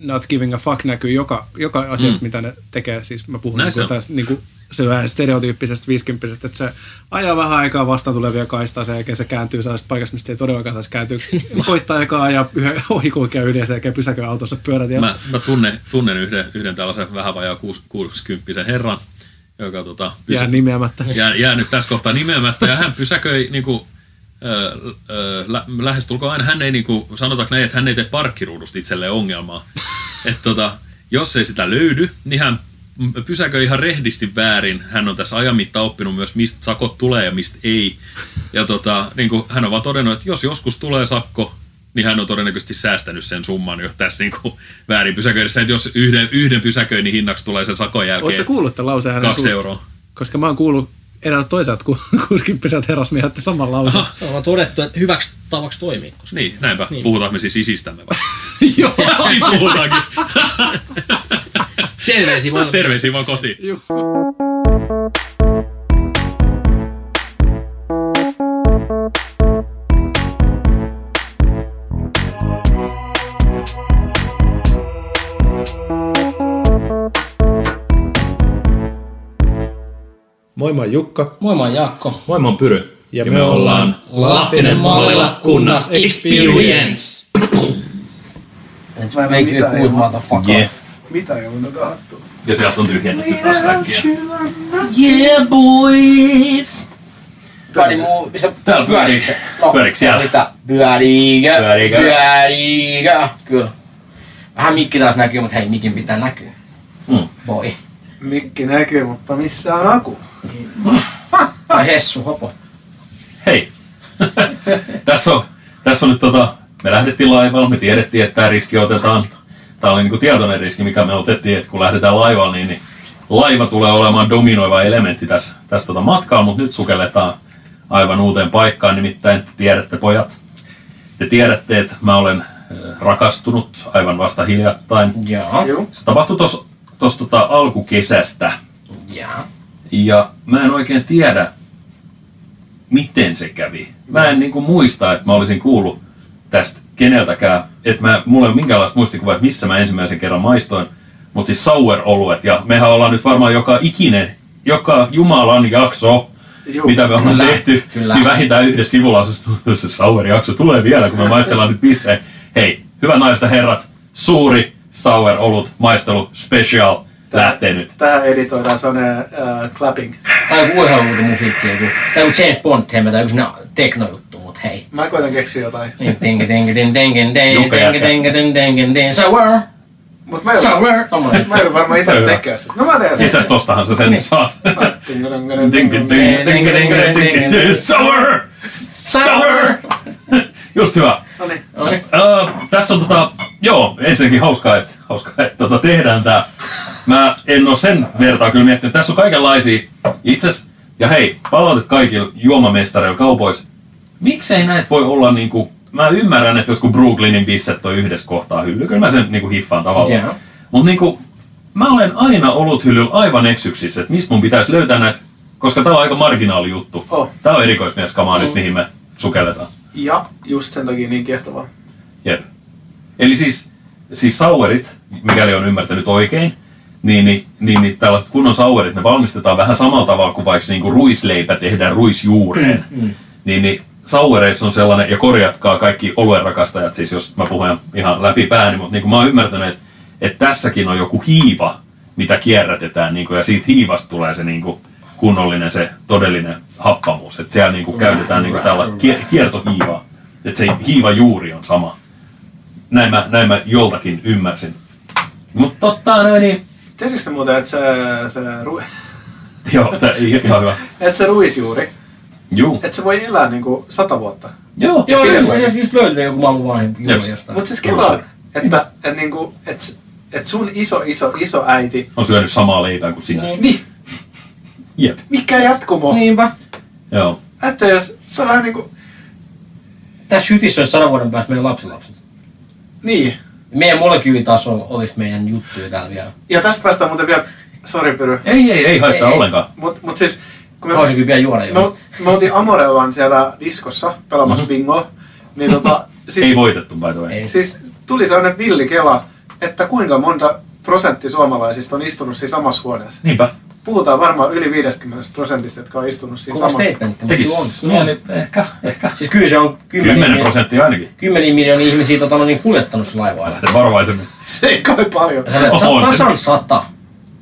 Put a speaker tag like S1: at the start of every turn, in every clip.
S1: Not Giving a Fuck näkyy joka, joka asiassa, mm. mitä ne tekee. Siis mä puhun
S2: Näin
S1: niin
S2: se on.
S1: kuin tästä niin kuin, se vähän stereotyyppisestä viisikymppisestä, että se ajaa vähän aikaa vastaan tulevia kaistaa, sen jälkeen se kääntyy sellaisesta paikasta, mistä ei todellakaan saisi kääntyä. Koittaa eka ajaa yhden ohikulkea yli ja sen jälkeen pysäköi autonsa pyörätiellä.
S2: Mä, mä tunnen, tunnen yhden, yhden tällaisen vähän vajaa kuus- 60 herran, joka tota,
S1: Jää
S2: pysy-
S1: nimeämättä.
S2: jää, jää nyt tässä kohtaa nimeämättä, ja hän pysäköi niinku, ö, ö, lä, lähestulkoon aina, hän ei niinku, sanotaanko näin, että hän ei tee parkkiruudusta itselleen ongelmaa. Et tota, jos ei sitä löydy, niin hän pysäköi ihan rehdisti väärin. Hän on tässä ajan mittaan oppinut myös, mistä sakot tulee ja mistä ei. Ja tota, niinku, hän on vaan todennut, että jos joskus tulee sakko, niin hän on todennäköisesti säästänyt sen summan jo tässä niinku väärin pysäköidessä. Että jos yhden, yhden pysäköinnin hinnaksi tulee sen sakon jälkeen.
S1: Oletko kuullut tämän lauseen hänen
S2: Kaksi
S1: suusta?
S2: euroa.
S1: Koska mä oon kuullut eräät toiset kuin 60 herrasmiehet saman lauseen.
S2: Aha.
S3: Ollaan todettu, että hyväksi tavaksi toimii. Koska
S2: Niin, näinpä. Niin.
S3: Niin.
S2: Puhutaan me siis isistämme vai?
S1: Joo.
S2: Niin puhutaankin.
S3: terveisiä vaan.
S2: Terveisiä vaan kotiin.
S4: Moi, mä oon Jukka.
S3: Moi, mä oon Jaakko.
S2: Moi, mä oon Pyry.
S4: Ja me ollaan
S3: Lahtinen mallilla kunnas experience. It's make a good motherfucker.
S2: Yeah.
S1: Mitä joudun katsoa?
S2: Ja sieltä on tyhjennetty taas väkkiä.
S3: Yeah, boys!
S5: Pyöri muu... Se
S2: Täällä pyörii. Pyöriikö siellä?
S5: Mitä? Pyöriikö?
S2: Pyöriikö?
S5: Pyöriikö? Kyllä. Vähän mikki taas näkyy, mutta hei, mikin pitää näkyä.
S2: Mm.
S5: Voi.
S6: Mikki näkyy, mutta missä on aku?
S5: Tai hessu, hopo.
S2: Hei. tässä, on, tässä on nyt tota, me lähdettiin laivalla, me tiedettiin, että tämä riski otetaan. Tämä oli niinku tietoinen riski, mikä me otettiin, että kun lähdetään laivalla, niin, niin laiva tulee olemaan dominoiva elementti tässä, tässä tota matkalla, mutta nyt sukelletaan aivan uuteen paikkaan. Nimittäin te tiedätte pojat, te tiedätte, että mä olen ö, rakastunut aivan vasta hiljattain.
S5: Joo.
S6: Juu.
S2: Se tapahtui tuossa tota alkukesästä
S5: Joo.
S2: ja mä en oikein tiedä, miten se kävi. Mä en niinku muista, että mä olisin kuullut tästä keneltäkään, että mä, mulla ei ole minkäänlaista muistikuvaa, että missä mä ensimmäisen kerran maistoin, mutta siis sour-oluet, ja mehän ollaan nyt varmaan joka ikinen, joka Jumalan jakso, Juh,
S6: Juu,
S2: mitä me ollaan
S5: kyllä,
S2: tehty,
S5: kyllä.
S2: niin vähintään yhdessä sivulla on se- se sour-jakso tulee vielä, kun me maistellaan nyt bissejä. Hei, hyvä naista herrat, suuri sour-olut maistelu special lähtee nyt.
S6: Tähän editoidaan sellainen äh, clapping.
S5: Tai joku urheilumusiikki joku. Tai joku James Bond teemme tai joku sinä teknojuttu, mut hei.
S6: Mä koitan keksiä jotain.
S5: Niin, Tenke, tenke, ten, tenke, ten,
S2: Jukka
S5: tenke,
S2: jatkaa.
S5: tenke, ten, tenke, ten, sour,
S6: Mut mä joudun,
S5: sour. Tommoinen.
S6: mä joudun varmaan itse
S2: Hyvä.
S6: tekemään sitä. No mä teen
S2: Itse asiassa tostahan sä sen saat.
S6: sen.
S2: Sour! Sour! Just hyvä.
S6: Noniin.
S5: Noniin.
S2: Ö, tässä on tota, joo, ensinnäkin hauskaa, että hauska, et, tota, tehdään tää. Mä en oo sen vertaa kyllä miettinyt. Tässä on kaikenlaisia. Itse asiassa- ja hei, palautet kaikille juomamestareille kaupoissa. Miksei näitä voi olla niinku, mä ymmärrän, että jotkut Brooklynin bisset on yhdessä kohtaa hylly. Kyllä mä sen niinku hiffaan tavallaan.
S5: Joo.
S2: Mutta niinku, mä olen aina ollut hyllyllä aivan eksyksissä, että mistä mun pitäisi löytää näitä, koska tää on aika marginaali juttu.
S6: Oh.
S2: Tää on erikoismieskamaa nyt, mihin me sukelletaan.
S6: Ja just sen takia niin kiehtovaa.
S2: Jep. Eli siis, siis sauerit, mikäli on ymmärtänyt oikein, niin, niin, niin, niin tällaiset kunnon sauerit, ne valmistetaan vähän samalla tavalla kuin vaikka niin kuin ruisleipä tehdään ruisjuureen. Mm, mm. Niin, niin sauereissa on sellainen, ja korjatkaa kaikki oluen rakastajat, siis jos mä puhun ihan läpi pääni, mutta niin kuin mä oon ymmärtänyt, että, että tässäkin on joku hiiva, mitä kierrätetään, niin kuin, ja siitä hiivasta tulee se niin kuin, kunnollinen se todellinen happamuus. Että siellä niin kuin, käytetään niin kuin, tällaista kie- kiertohiivaa. Että se hiivajuuri on sama näin mä, näin mä joltakin ymmärsin. Mutta totta noin, niin...
S6: Tiesitkö sä muuten, että se, se, ru,
S2: Joo, tää, i- ihan hyvä.
S6: että se ruisjuuri,
S2: Juu.
S6: että se voi elää niinku sata vuotta?
S2: Joo.
S3: Joo,
S6: Kyllä.
S3: jos- jos just löytyy joku maailman vanhempi
S2: Yes.
S3: juuri jostain.
S6: Mut siis kelaa, että et niinku, et, et sun iso iso iso äiti,
S2: On syönyt samaa leipää kuin sinä.
S6: niin
S2: Jep.
S6: mikä jatkumo? Niin.
S3: Niinpä.
S2: Joo.
S6: Että jos se on vähän niinku,
S3: Tässä hytissä olisi sadan vuoden päästä meidän lapsilapset.
S6: niin.
S3: Meidän molekyylitasolla olisi meidän juttuja täällä vielä.
S6: Ja tästä päästään muuten vielä, sori Pyry,
S2: Ei, ei, ei haittaa
S3: Ei, ei.
S2: ollenkaan.
S6: mut, mut siis kun
S3: Mä
S6: me,
S3: olisin kyllä vielä juoda
S6: me,
S3: jo.
S6: me oltiin Amorellaan siellä diskossa pelaamassa
S2: Mhm.
S6: bingoa, niin tota,
S2: Ei
S6: siis,
S2: voitettu, by the way.
S3: Ei.
S6: siis tuli sellainen villi kela,
S1: että kuinka monta prosentti suomalaisista on istunut siinä samassa huoneessa.
S2: Niinpä.
S1: Puhutaan varmaan yli 50 prosentista, jotka on istunut siinä
S3: Kova
S1: samassa.
S3: statementti, mutta kyllä
S2: Tekis
S3: on.
S2: mieli, ehkä, ehkä.
S3: Siis kyllä niin. se on
S2: Kymmenen
S3: kymmenen,
S2: prosenttia ainakin.
S3: kymmenen miljoonia ihmisiä tota, no niin kuljettanut sillä laivalla.
S2: Lähdet varovaisemmin
S1: Se ei kai paljon.
S2: Oho,
S3: Sä
S2: se-
S3: tasan sata.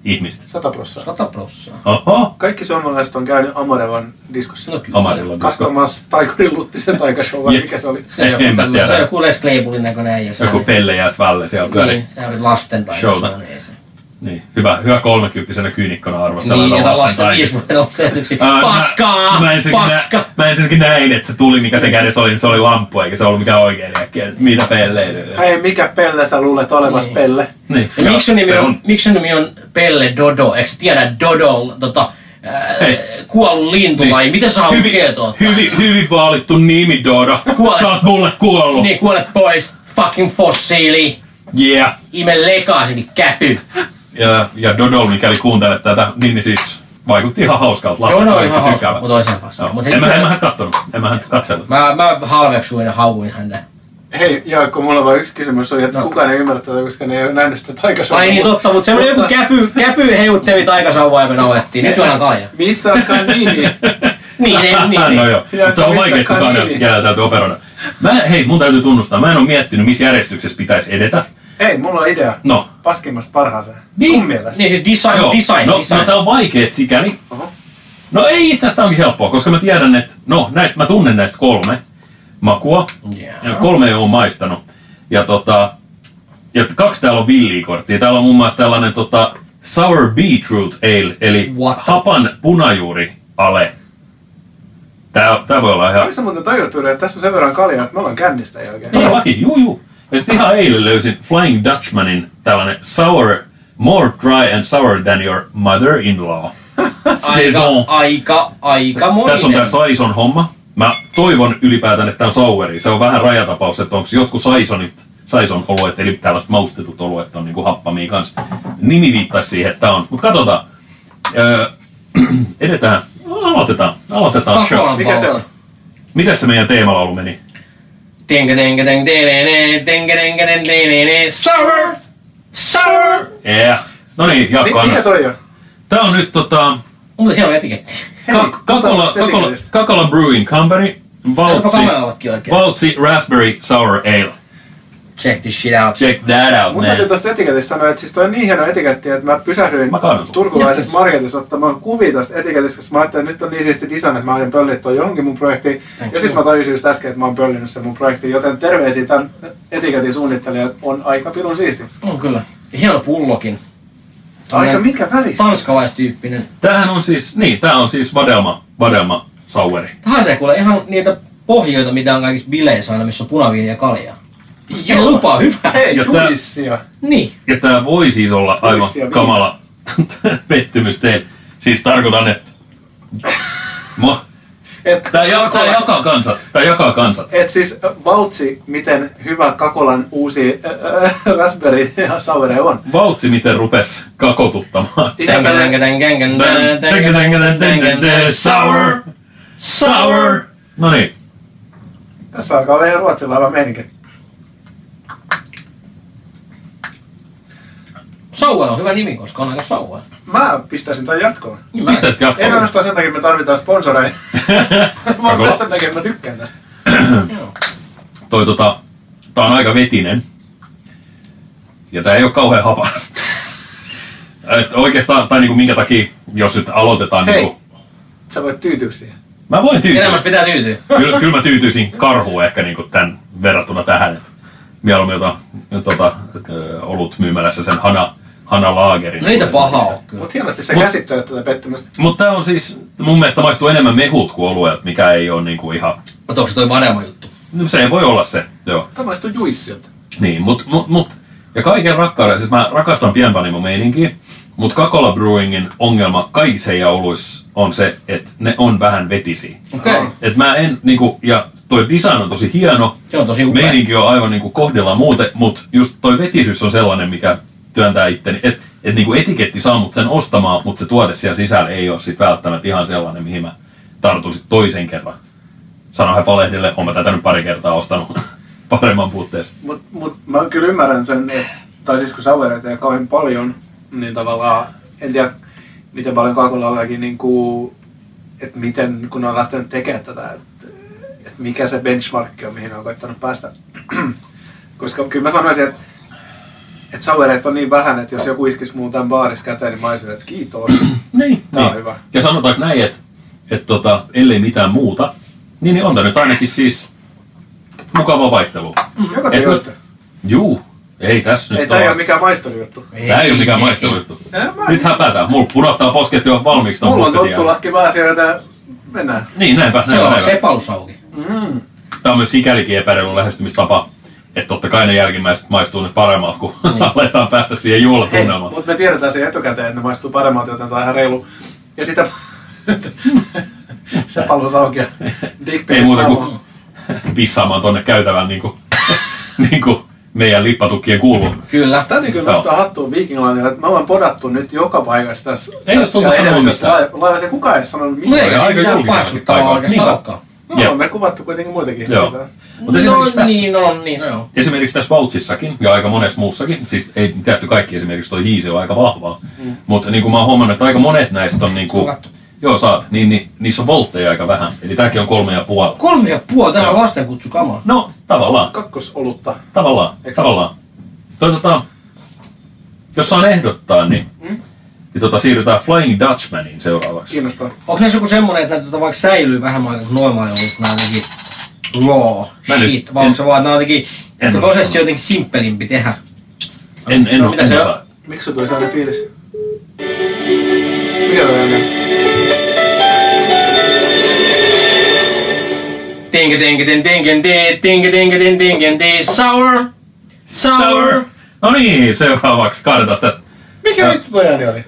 S2: ihmistä.
S1: 100 prosenttia.
S3: Sata prossaa.
S2: Oho,
S1: Kaikki suomalaiset on käynyt Amorevan diskossa.
S3: No kyllä.
S2: Amarilla disko.
S1: katsomassa Taikurin Luttisen taikashow, vai mikä se oli.
S3: Se on joku,
S2: En mä
S3: tämmönen-
S2: tiedä.
S3: se on joku Les Claypoolin näköinen äijä. Se
S2: Joku
S3: oli-
S2: Pelle ja Svalle siellä pyöri.
S3: Niin, se oli lasten tai
S2: Showta.
S3: jossain, ei se.
S2: Niin. Hyvä, hyvä kolmekymppisenä kyynikkona arvostella.
S3: Niin, jota
S2: lasten
S3: lasten
S2: taidetta.
S3: viisivuotiaana ostetuksi.
S2: Ää, mä-
S3: Paskaa!
S2: mä ensinnäkin
S3: Paska!
S2: nä- Mä ensinnäkin näin, että se tuli, mikä se kädessä oli, niin se oli lamppu, eikä se ollut mikään oikea liekki. Et Mitä pelleilyä.
S1: Hei, mikä Pelle sä luulet olevas
S3: Niin.
S1: Pelle?
S2: Niin,
S3: Ja miksi sun nimi
S2: se
S3: on, miksi sun nimi on Pelle Dodo? Eikö sä tiedä Dodo on tota, ää,
S2: Hei.
S3: kuollut lintu vai miten sä haluat tietoa? tää?
S2: niin. hyvin, hyvin vaalittu nimi, Dodo.
S3: Kuole.
S2: Sä oot mulle kuollut.
S3: Niin kuole pois, fucking fossiili.
S2: Yeah.
S3: Ime lekaasinkin käpy.
S2: Ja, ja Dodo, mikäli kuuntelet tätä, niin, niin siis vaikutti ihan hauskalta. Lapset
S3: Dodo on
S2: kaikki
S3: ihan hauska,
S2: tykkäävät.
S3: mutta toiseen paskaa.
S2: Joo.
S3: Mut hei,
S2: En mä, en mä
S3: mä,
S2: hän kattonut, en mä hän katsellut.
S3: mä, mä halveksuin ja haukuin häntä.
S1: Hei, Jaakko, mulla on vain yksi kysymys, oli,
S2: No.
S1: että kukaan ei ymmärrä tätä, koska ne ei ole nähnyt sitä taikashowta.
S3: Ai niin totta, mutta semmonen joku käpy, käpy heiutteli taikasauvaa ja me nauettiin. Nyt juodaan kalja.
S1: Missä on kanini?
S3: Niin, niin, niin.
S2: no joo,
S1: Pidätkö
S2: mutta se on
S1: missä
S2: vaikea, että kukaan
S1: kaniini?
S2: jää täytyy operoida. Mä, hei, mun täytyy tunnustaa, mä en ole miettinyt, missä järjestyksessä pitäisi edetä.
S1: Hei, mulla on idea.
S2: No.
S1: Paskimmasta parhaaseen.
S2: Niin.
S1: Sun mielestä.
S3: Niin siis design,
S2: Joo,
S3: design,
S2: no,
S3: design.
S2: no tää on vaikeet sikäli.
S1: Oho.
S2: No ei itse asiassa tää onkin helppoa, koska mä tiedän, että no näistä, mä tunnen näistä kolme makua.
S3: Yeah.
S2: Ja kolme ei ole maistanut. Ja, tota, ja kaksi täällä on villikorttia. Täällä on muun muassa tällainen tota, sour beetroot ale, eli
S3: What?
S2: hapan punajuuri ale. Tää, tää voi olla ihan...
S1: Onko sä muuten tajut, Pyry, että tässä on sen verran kaljaa, että me ollaan kännistä ei oikein.
S2: Todellakin, juu, juu. Ja sitten ihan eilen löysin Flying Dutchmanin tällainen sour, more dry and sour than your mother-in-law. Saison.
S3: Aika, aika, aika
S2: Tässä on tämä Saison homma. Mä toivon ylipäätään, että tämä on souveri. Se on vähän rajatapaus, että onko jotkut Saisonit, Saison oluet, eli tällaiset maustetut oluet on niinku happamia kanssa. Nimi viittaisi siihen, että tämä on. Mutta katsotaan. Öö, edetään. Aloitetaan. Aloitetaan show.
S3: Pakolan
S1: Mikä se on?
S3: valse.
S2: Mitäs se meidän teemalaulu meni?
S3: Tinkä, tinkä, tinkä, tinkä, tinkä, tinkä, tinkä, tinkä, Sour! Sour!
S2: Yeah. No niin, Jaakko,
S1: Mi-
S2: anna.
S1: mikä toi on?
S2: Tämä on nyt tota,
S3: Mutta siellä on etiketti.
S1: Hei,
S2: Kak- Kakola,
S1: otetaan
S2: Kakola,
S1: tästä
S2: Kakola Brewing Company, Vautsi,
S3: Onko kamelallekin oikein?
S2: Vautsi Raspberry Sour Ale.
S3: Check this shit out.
S2: Check that out,
S1: Mun täytyy
S2: man.
S1: tuosta etiketistä sanoa, että siis toi on niin hieno etiketti, että mä pysähdyin
S2: Mä kannan sun.
S1: turkulaisessa marketissa ottamaan kuvia tästä etiketistä, koska mä ajattelin, että nyt on niin siisti design, että mä aion pölliä toi johonkin mun projektiin. Ja sitten mä tajusin just äsken, että mä oon pöllinyt sen mun projektiin, joten terveisiä tämän etiketin suunnittelijat on aika pirun siisti.
S3: On kyllä. Ja hieno pullokin.
S1: Aika mikä välistä?
S3: Tanskalaistyyppinen.
S2: Tämähän on siis, niin, tää on siis vadelma, vadelma souri.
S3: Tähän se kuule ihan niitä pohjoita, mitä on kaikissa bileissä aina, missä on punaviini ja kaljaa. Ja lupaa hyvää.
S1: Hei,
S2: Ja tää-
S1: juissia!
S3: Niin.
S2: Ja tää voi siis olla aivan
S1: Kuissia vielä.
S2: kamala pettymys teille. Siis tarkoitan, että... Mo,
S1: Et,
S2: tää, ja, tää
S1: Kakola-
S2: jakaa kansat, tää jakaa kansat.
S1: et siis vautsi, miten hyvä Kakolan uusi äh, äh, raspberry sauvere on.
S2: Vautsi miten rupes kakotuttamaan.
S1: Ihan
S3: Tänkä,
S1: tällainen-
S3: tänkä, tänkä, tänkä,
S2: Tän-
S3: tänkä,
S2: tän- tän- tän- tän- tän- tän- Sour! Sour! No niin.
S1: Tässä alkaa vähän ruotsilla aivan meininki.
S3: Sauva on hyvä nimi, koska on aika sauva.
S1: Mä pistäisin tämän jatkoon.
S2: Pistäisikö
S1: En
S2: jatkoa?
S1: ainoastaan sen takia, että me tarvitaan sponsoreita, vaan
S2: Kakola.
S1: myös sen takia, että mä tykkään tästä.
S2: toi tota, tää on aika vetinen. Ja tää ei ole kauhean hapa. Et oikeastaan, tai niinku minkä takia, jos nyt aloitetaan
S1: Hei.
S2: niinku...
S1: Sä voit tyytyä siihen.
S2: Mä voin tyytyä.
S3: Elämässä pitää tyytyä.
S2: Kyllä, kyllä mä tyytyisin karhuun ehkä niinku tän verrattuna tähän. Et mieluummin jota, tota, et, ö, olut myymälässä sen hana, hana laagerin.
S3: No ei tää pahaa oo kyllä.
S1: Mut hienosti sä
S2: Mut-
S1: käsittelet tätä pettymystä.
S2: Mutta tää on siis, mun mielestä maistuu enemmän mehut kuin olueet, mikä ei ole niinku ihan...
S3: Mutta onko se toi vanhemma juttu?
S2: No se ei voi olla se, joo.
S1: Tämä maistuu juissilta.
S2: Niin, mut, mut, mut. Ja kaiken rakkauden, siis mä rakastan pienpanimomeininkiä, mutta Kakola Brewingin ongelma kaikissa heidän oluissa on se, että ne on vähän vetisiä.
S3: Okei. Okay.
S2: Et mä en, niinku, ja toi design on tosi hieno,
S3: Se on tosi upea.
S2: meininki on aivan niinku kohdillaan muuten, mutta just toi vetisyys on sellainen, mikä työntää itteni. Et, et niinku etiketti saa mut sen ostamaan, mutta se tuote siellä sisällä ei ole sit välttämättä ihan sellainen, mihin mä tartun sit toisen kerran. Sanoin he Palehdille, oon mä tätä nyt pari kertaa ostanut paremman puutteessa.
S1: Mut, mut mä kyllä ymmärrän sen, että
S6: tai siis kun sauvereita ei ole kauhean paljon, niin tavallaan en tiedä miten paljon kaakolallakin, niin kuin, että miten kun ne on lähtenyt tekemään tätä, että, että mikä se benchmark on, mihin ne on koittanut päästä. Koska kyllä mä sanoisin, että että sauereet on niin vähän, että jos joku iskisi muun tämän baarissa käteen, niin mä olisin, että kiitos.
S2: Niin,
S6: Tää on
S2: niin.
S6: hyvä.
S2: Ja sanotaan näin, että et tota, ellei mitään muuta, niin, niin on tämä nyt ainakin siis mukava vaihtelu.
S6: Joka
S2: Et
S6: te
S2: jos- Juu, ei tässä
S6: Ei
S2: nyt
S6: tää ei
S2: ole.
S6: ole mikään maistelujuttu.
S2: Tämä ei ole mikään maistelujuttu.
S6: Ei, mä-
S2: Nyt häpätään. Mulla punottaa posket jo valmiiksi ton
S6: Mulla on
S2: buffetin jälkeen.
S6: tottulakki vaan siellä, että mennään.
S2: Niin, näinpä, näinpä,
S3: Se on
S2: näinpä.
S3: sepalusauki.
S6: Mm.
S2: Tämä on myös sikälikin epäreilun lähestymistapa, että totta kai ne jälkimmäiset maistuu nyt paremmalta, kun aletaan päästä siihen
S6: Niin. Hei,
S2: juhlatunnelmaan.
S6: mutta me tiedetään se etukäteen, että ne maistuu paremmalta, joten tää on ihan reilu. Ja sitä se palus auki ja dick
S2: Ei muuta kuin pissaamaan tonne käytävän niin kuin, niin kuin meidän lippatukkien kuuluu.
S3: Kyllä.
S6: Täytyy kyllä
S2: Joo.
S6: nostaa hattuun viikingilainille, että me ollaan podattu nyt joka paikassa tässä.
S2: Ei ole
S6: tässä
S2: tullut
S6: ja
S2: sanoa
S6: edellisessä
S2: mitään.
S6: lai- laivassa ja kukaan ei sanonut
S3: Mutta
S6: mitään.
S2: Ei,
S3: eikä
S2: aika
S3: se mitään
S2: julkisesti
S3: paaksuttaa
S2: paikalla.
S3: oikeastaan
S2: Niin.
S3: olekaan.
S6: No,
S2: Jep.
S6: on me kuvattu kuitenkin muitakin.
S2: Joo.
S6: sitä.
S2: Mutta
S3: No
S2: esimerkiksi tässä,
S3: niin, no niin, no joo.
S2: esimerkiksi tässä Voutsissakin ja aika monessa muussakin, siis ei tietty kaikki esimerkiksi toi hiisi on aika vahvaa, mm. mutta niin kuin mä oon huomannut, että aika monet näistä on niin kuin,
S3: Kattu.
S2: joo saat, niin, niin niissä on voltteja aika vähän, eli tääkin on kolme ja puoli.
S3: Kolme ja puoli, täällä on
S2: Joo.
S3: lasten kutsu kamaa.
S2: No tavallaan,
S6: Kakkosolutta.
S2: Tavallaan, Eikö?
S6: Eikö?
S2: tavallaan. Toi, tota, jos saan ehdottaa, niin, mm? niin tota, siirrytään Flying Dutchmanin seuraavaksi.
S6: Kiinnostaa.
S3: Onko näissä joku semmonen, että näitä tota vaikka säilyy vähemmän aikaa kuin normaali, mutta nää on jotenkin raw
S2: Mä nyt-
S3: shit, vai
S2: en-
S3: onko se vaan, että nää on jotenkin,
S2: en
S3: että se
S2: osaa
S3: prosessi
S2: sanoa.
S3: on jotenkin simppelimpi tehdä?
S2: En, en,
S3: No,
S2: no,
S3: mitä
S2: en
S3: se
S2: osaa.
S6: Miksi sulla tuli sellainen fiilis? Mikä toi ääni?
S5: Tinga tinga tin tinga tin tinga tinga tin tinga tin sour sour.
S2: No niin, seuraavaksi kaadetaan tästä.
S6: Mikä vittu toi ääni oli?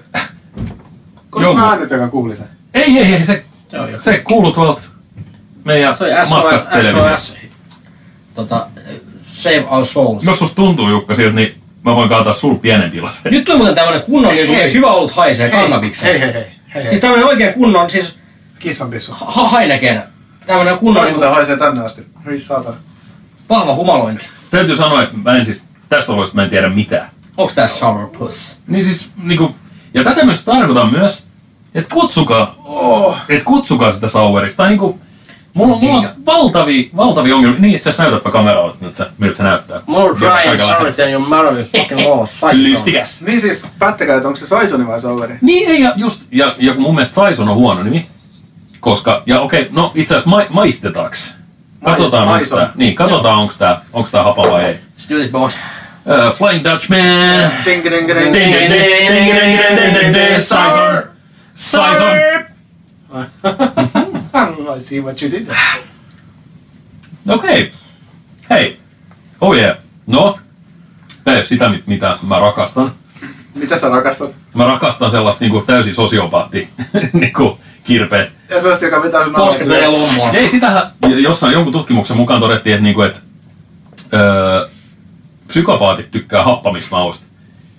S6: Koska
S2: Joo.
S6: mä äänet, joka kuuli sen.
S2: Ei, ei, ei, se,
S3: Se on joku.
S2: se kuuluu tuolta meidän
S3: Se on SOS,
S2: matkatelevisiosta.
S3: SOS, tota, Save Our Souls.
S2: Jos susta tuntuu, Jukka, siltä, niin mä voin kaataa sul pienen pilasen.
S3: Nyt on muuten tämmönen kunnon, niin kuin hyvä ollut haisee
S6: Hei,
S3: kannabikseen.
S6: hei, hei. hei.
S3: Siis
S6: hei.
S3: tämmönen oikein kunnon, siis
S6: Kissanpissu.
S3: ha- Heineken. Tämmönen
S6: Toi
S3: kunnon niin
S6: muuten
S3: kuin,
S6: haisee tänne asti. Hyi saatana.
S3: vahva humalointi.
S2: Täytyy sanoa, että mä en siis, tästä oloista mä en tiedä mitään.
S3: Onks tää Sour Puss?
S2: Niin siis, niinku, ja tätä myös tarkoitan myös, että kutsukaa, oh. et kutsukaa sitä sauverista. Tai niinku, mulla, on- mulla on valtavia, valtavia ongelmia. Niin, itse asiassa näytäpä kameralle, nyt se, miltä se näyttää.
S3: More
S2: Siellä
S3: dry and
S2: kaikella-
S3: sour than your mother you fucking law.
S2: Lystikäs.
S6: Niin siis päättäkää, että onko se Saisoni vai Sauveri?
S2: Niin, ei, ja just, ja, ja kun mun mielestä Saison on huono nimi, koska, ja okei, okay, no itse asiassa ma, maistetaaks. Katsotaan, onko
S6: maison.
S2: tää, niin, katsotaan, onks tää, onks tää hapa vai ei.
S3: Let's do this boss.
S2: Uh, Flying Dutchman.
S6: Ding, ding, ding, ding.
S2: Ding, ding, ding, ding, ding, ding, ding, ding, ding, Saison. Saison.
S6: I see what you did.
S2: Okei. Okay. Hei. Oh yeah. No. Tää ei ole sitä, mit- mitä mä rakastan.
S6: Mitä sä rakastat?
S2: Mä rakastan sellaista niinku täysin sosiopaatti niinku kirpeet.
S6: Ja se on joka vetää sun
S3: Posket menee
S6: alle.
S3: lommoon.
S2: Ei sitähän, j- jossain jonkun tutkimuksen mukaan todettiin, että niinku, et, öö, psykopaatit tykkää happamismausta.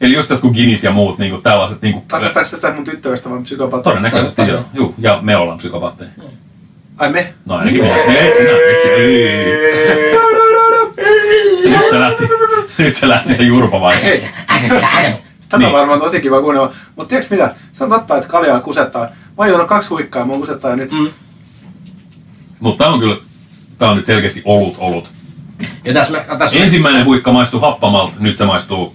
S2: Eli just jotkut ginit ja muut niinku tällaiset niinku,
S6: Tarkoittaako tästä mun tyttöystävä mun psykopaatti?
S2: todennäköisesti joo. Juu, ja me ollaan psykopaatteja.
S6: Ai me?
S2: No ainakin minä. Ei, et sinä, et sinä. Ei. Nyt se lähti, nyt se lähti se jurpa vai?
S6: Hei, tätä
S2: Niin.
S6: on varmaan tosi kiva kuunnella. Mutta tiedätkö mitä? Se on totta, että kaljaa kusettaa. Mä oon juonut kaksi huikkaa, mä oon kusettaa nyt. Mm.
S2: Mutta tää on kyllä, tää on nyt selkeästi olut olut.
S3: Ja tässä me, tässä me,
S2: Ensimmäinen huikka maistuu happamalta, nyt se maistuu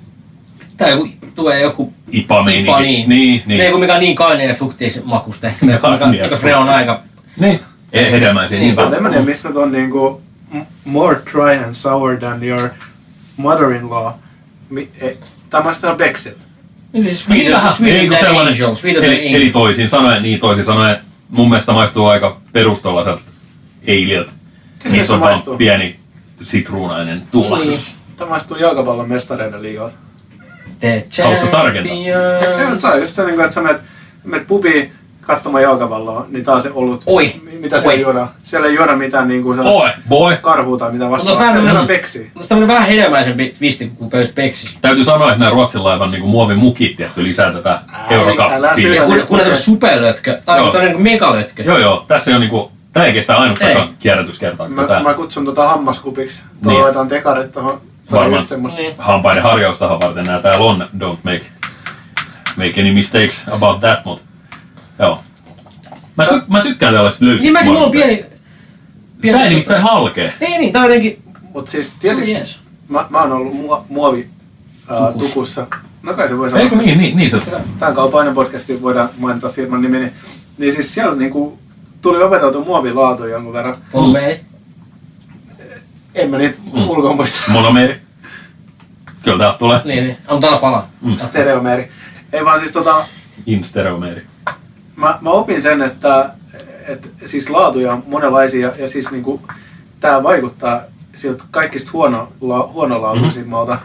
S3: tää joku, tulee joku
S2: ipamiin.
S3: pipa niin.
S2: No Niin,
S3: Ei
S2: niin.
S3: kun mikä on niin kaineen ja fruktiisen makusta ehkä, mikä,
S2: Kaineen ja
S3: mikä, koska ne on aika...
S2: Niin. Ei hedelmäisiä niin
S3: Niin.
S2: paljon.
S6: En mä tiedä, mistä on niinku m- more dry and sour than your mother-in-law. Mi- e, ei. Tämä on sitä Brexit.
S2: Niin vähän. Ei, kun
S3: than
S2: sellainen-
S3: angels, sweeter than
S2: Eli, eli
S3: angels.
S2: toisin sanoen, niin toisin sanoen, mun mielestä maistuu aika perustollaiselta eiliöltä, missä on
S6: se
S2: vaan
S6: maistuu?
S2: pieni sitruunainen tuulahdus.
S3: Niin.
S6: Tämä maistuu jalkapallon mestareiden liigaa.
S2: Mm.
S3: The
S2: Haluatko tarkentaa?
S6: Ja
S3: champions.
S6: mutta se on just se, niinku, että sä menet, menet pubiin katsomaan jalkapalloa, niin tää on se ollut.
S3: Oi.
S6: Mi- Mitä siellä
S3: Oi.
S6: juodaan? Siellä ei juoda mitään niinku sellaista
S2: Oi, boy!
S6: karhua tai mitä
S3: Mutta
S6: vastaavaa.
S3: vähän
S6: Siellä juodaan
S3: tämmönen-
S6: peksiä.
S3: Mutta tämmönen vähän hedelmäisempi twisti kuin pöys peksis.
S2: Täytyy sanoa, että nämä ruotsin laivan niin muovin mukit tietty lisää tätä eurocup
S6: älä
S2: fiilistä.
S6: syö.
S3: Kun, kun on tämmönen superlötkö, tai
S2: Joo.
S3: on tämmönen niinku megalötkö.
S2: Joo, joo. Tässä ei ole niinku, tää ei kestä
S3: Ei.
S2: ainuttakaan kierrätyskertaa. kun
S6: Mä,
S2: tää-
S6: mä kutsun tota hammaskupiksi.
S2: Niin.
S6: Tuo niin. tekarit tuohon Tai
S2: Varmaan.
S6: just semmoista.
S3: Niin.
S2: hampaiden harjaustahan varten nämä täällä on. Don't make, make any mistakes about that, mutta joo. Mä, ty, mä tykkään tällaisista löysistä.
S3: Niin mäkin, mulla on
S2: maailmanpeleistä.
S3: pieni...
S2: Tää ei
S3: pieni
S2: nimittäin halkee.
S3: Ei niin, tää on jotenkin...
S6: Mut siis,
S3: Yes.
S6: tiesit,
S3: Yes.
S6: mä, mä oon ollut muo- muovi ää,
S3: Tukus.
S6: tukussa. No kai se voi sanoa.
S2: Eikö niin, niin, niin se.
S6: Tämän kaupan podcastiin voidaan mainita firman nimi. Niin, niin siis siellä niinku, tuli opeteltu muovilaatu jonkun verran.
S3: Polvei.
S6: En mä niitä
S2: Mm.
S6: mm. ulkoa muista.
S2: Monomeri. Kyllä täältä tulee.
S3: Niin, niin. On täällä pala.
S2: Mm.
S6: Stereomeeri. Ei vaan siis tota,
S2: Instereomeeri.
S6: mä, mä opin sen, että et, siis laatuja on monenlaisia ja siis niinku, tämä vaikuttaa siltä kaikista huono, la,
S3: Mhm.
S6: huonolaatuisimmalta,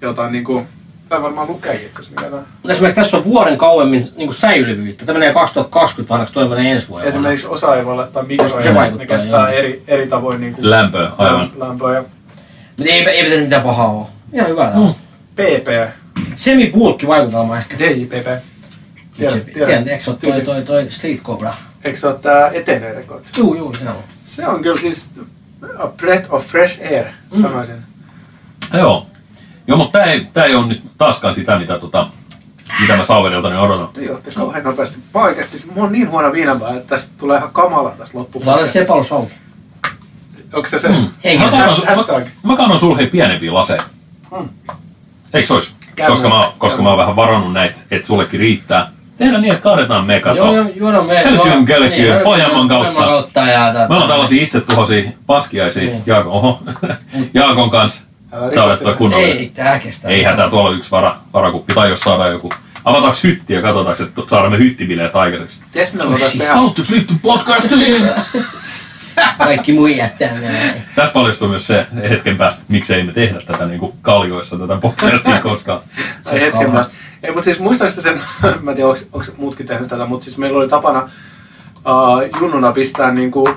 S6: jota niinku, tämä varmaan lukeekin itse asiassa, mikä tää on.
S3: Mutta esimerkiksi tässä on vuoden kauemmin niin kuin säilyvyyttä. Tämä menee 2020 vanhaksi, toi menee ensi vuonna.
S6: Esimerkiksi osaivalle tai
S3: Se
S6: mikroajalle, ne
S3: vaikuttaa,
S6: kestää
S3: joo.
S6: eri, eri tavoin niinku
S2: Lämpöä, aivan.
S6: lämpöä ja
S3: Mutta ei, ei pitänyt mitään pahaa ole. Ihan hyvä tää on.
S2: Mm.
S6: PP,
S3: Semipulkki vaikutelma ehkä.
S6: DIPP.
S3: Tiedän, tiedän. Eikö se ole toi, toi, toi Street Cobra?
S6: Eikö se ole tää etenee rekord?
S3: Juu, juu, se on.
S6: Se on kyllä siis a breath of fresh air,
S3: Mm.
S6: sanoisin.
S2: Joo. Joo, mutta tää ei, tää ei ole nyt taaskaan sitä, mitä, tota, mitä mä Sauverilta nyt odotan.
S6: Te johti kauhean nopeasti. Mä oikeasti, siis mulla on niin huono viinapää, että tästä tulee ihan kamala tästä loppuun.
S3: Laita se palus auki.
S6: Onko se se?
S2: Mm.
S3: Hei,
S2: Mä kannan,
S6: has- hashtag.
S2: mä, mä kannan sulle hei pienempiä laseja.
S3: Hmm.
S6: Mm.
S2: Eikö se ois?
S6: Käy
S2: Koska
S6: vaan.
S2: mä, koska
S6: Käy
S2: mä oon vähän varannut näitä, että sullekin riittää. Tehdään niin, että kaadetaan me kato.
S3: Joo, joo, juodaan me.
S2: Kälkyyn,
S3: juodaan-
S2: kälkyyn,
S3: niin, juodaan-
S2: Pohjanmaan kautta.
S3: Pohjanmaan kautta ja tota- tää.
S2: Meillä on tällaisia itsetuhoisia paskiaisia.
S3: Niin.
S2: Jaakon, oho. Jaakon kanssa.
S6: Älä
S2: Sä olet
S6: rikastele.
S2: toi kunnollinen.
S3: Ei, tää kestää.
S2: Ei hätää, tuolla on yksi vara, varakuppi. Tai jos saadaan joku... Avataanko hytti ja katsotaanko, että saadaan me hyttibileet aikaiseksi.
S6: Ties me voidaan
S3: Siis
S6: tehdä.
S2: Auttaisi liitty podcastiin!
S3: Kaikki mui jättää menee.
S2: Tässä paljastuu myös se hetken päästä, että miksei me tehdä tätä niin kuin kaljoissa tätä podcastia koskaan.
S6: Ai hetken päästä. Ei, mutta siis muistaakseni sen, mä en tiedä, onko, onko muutkin tehnyt tätä, mutta siis meillä oli tapana uh, junnuna pistää niinku,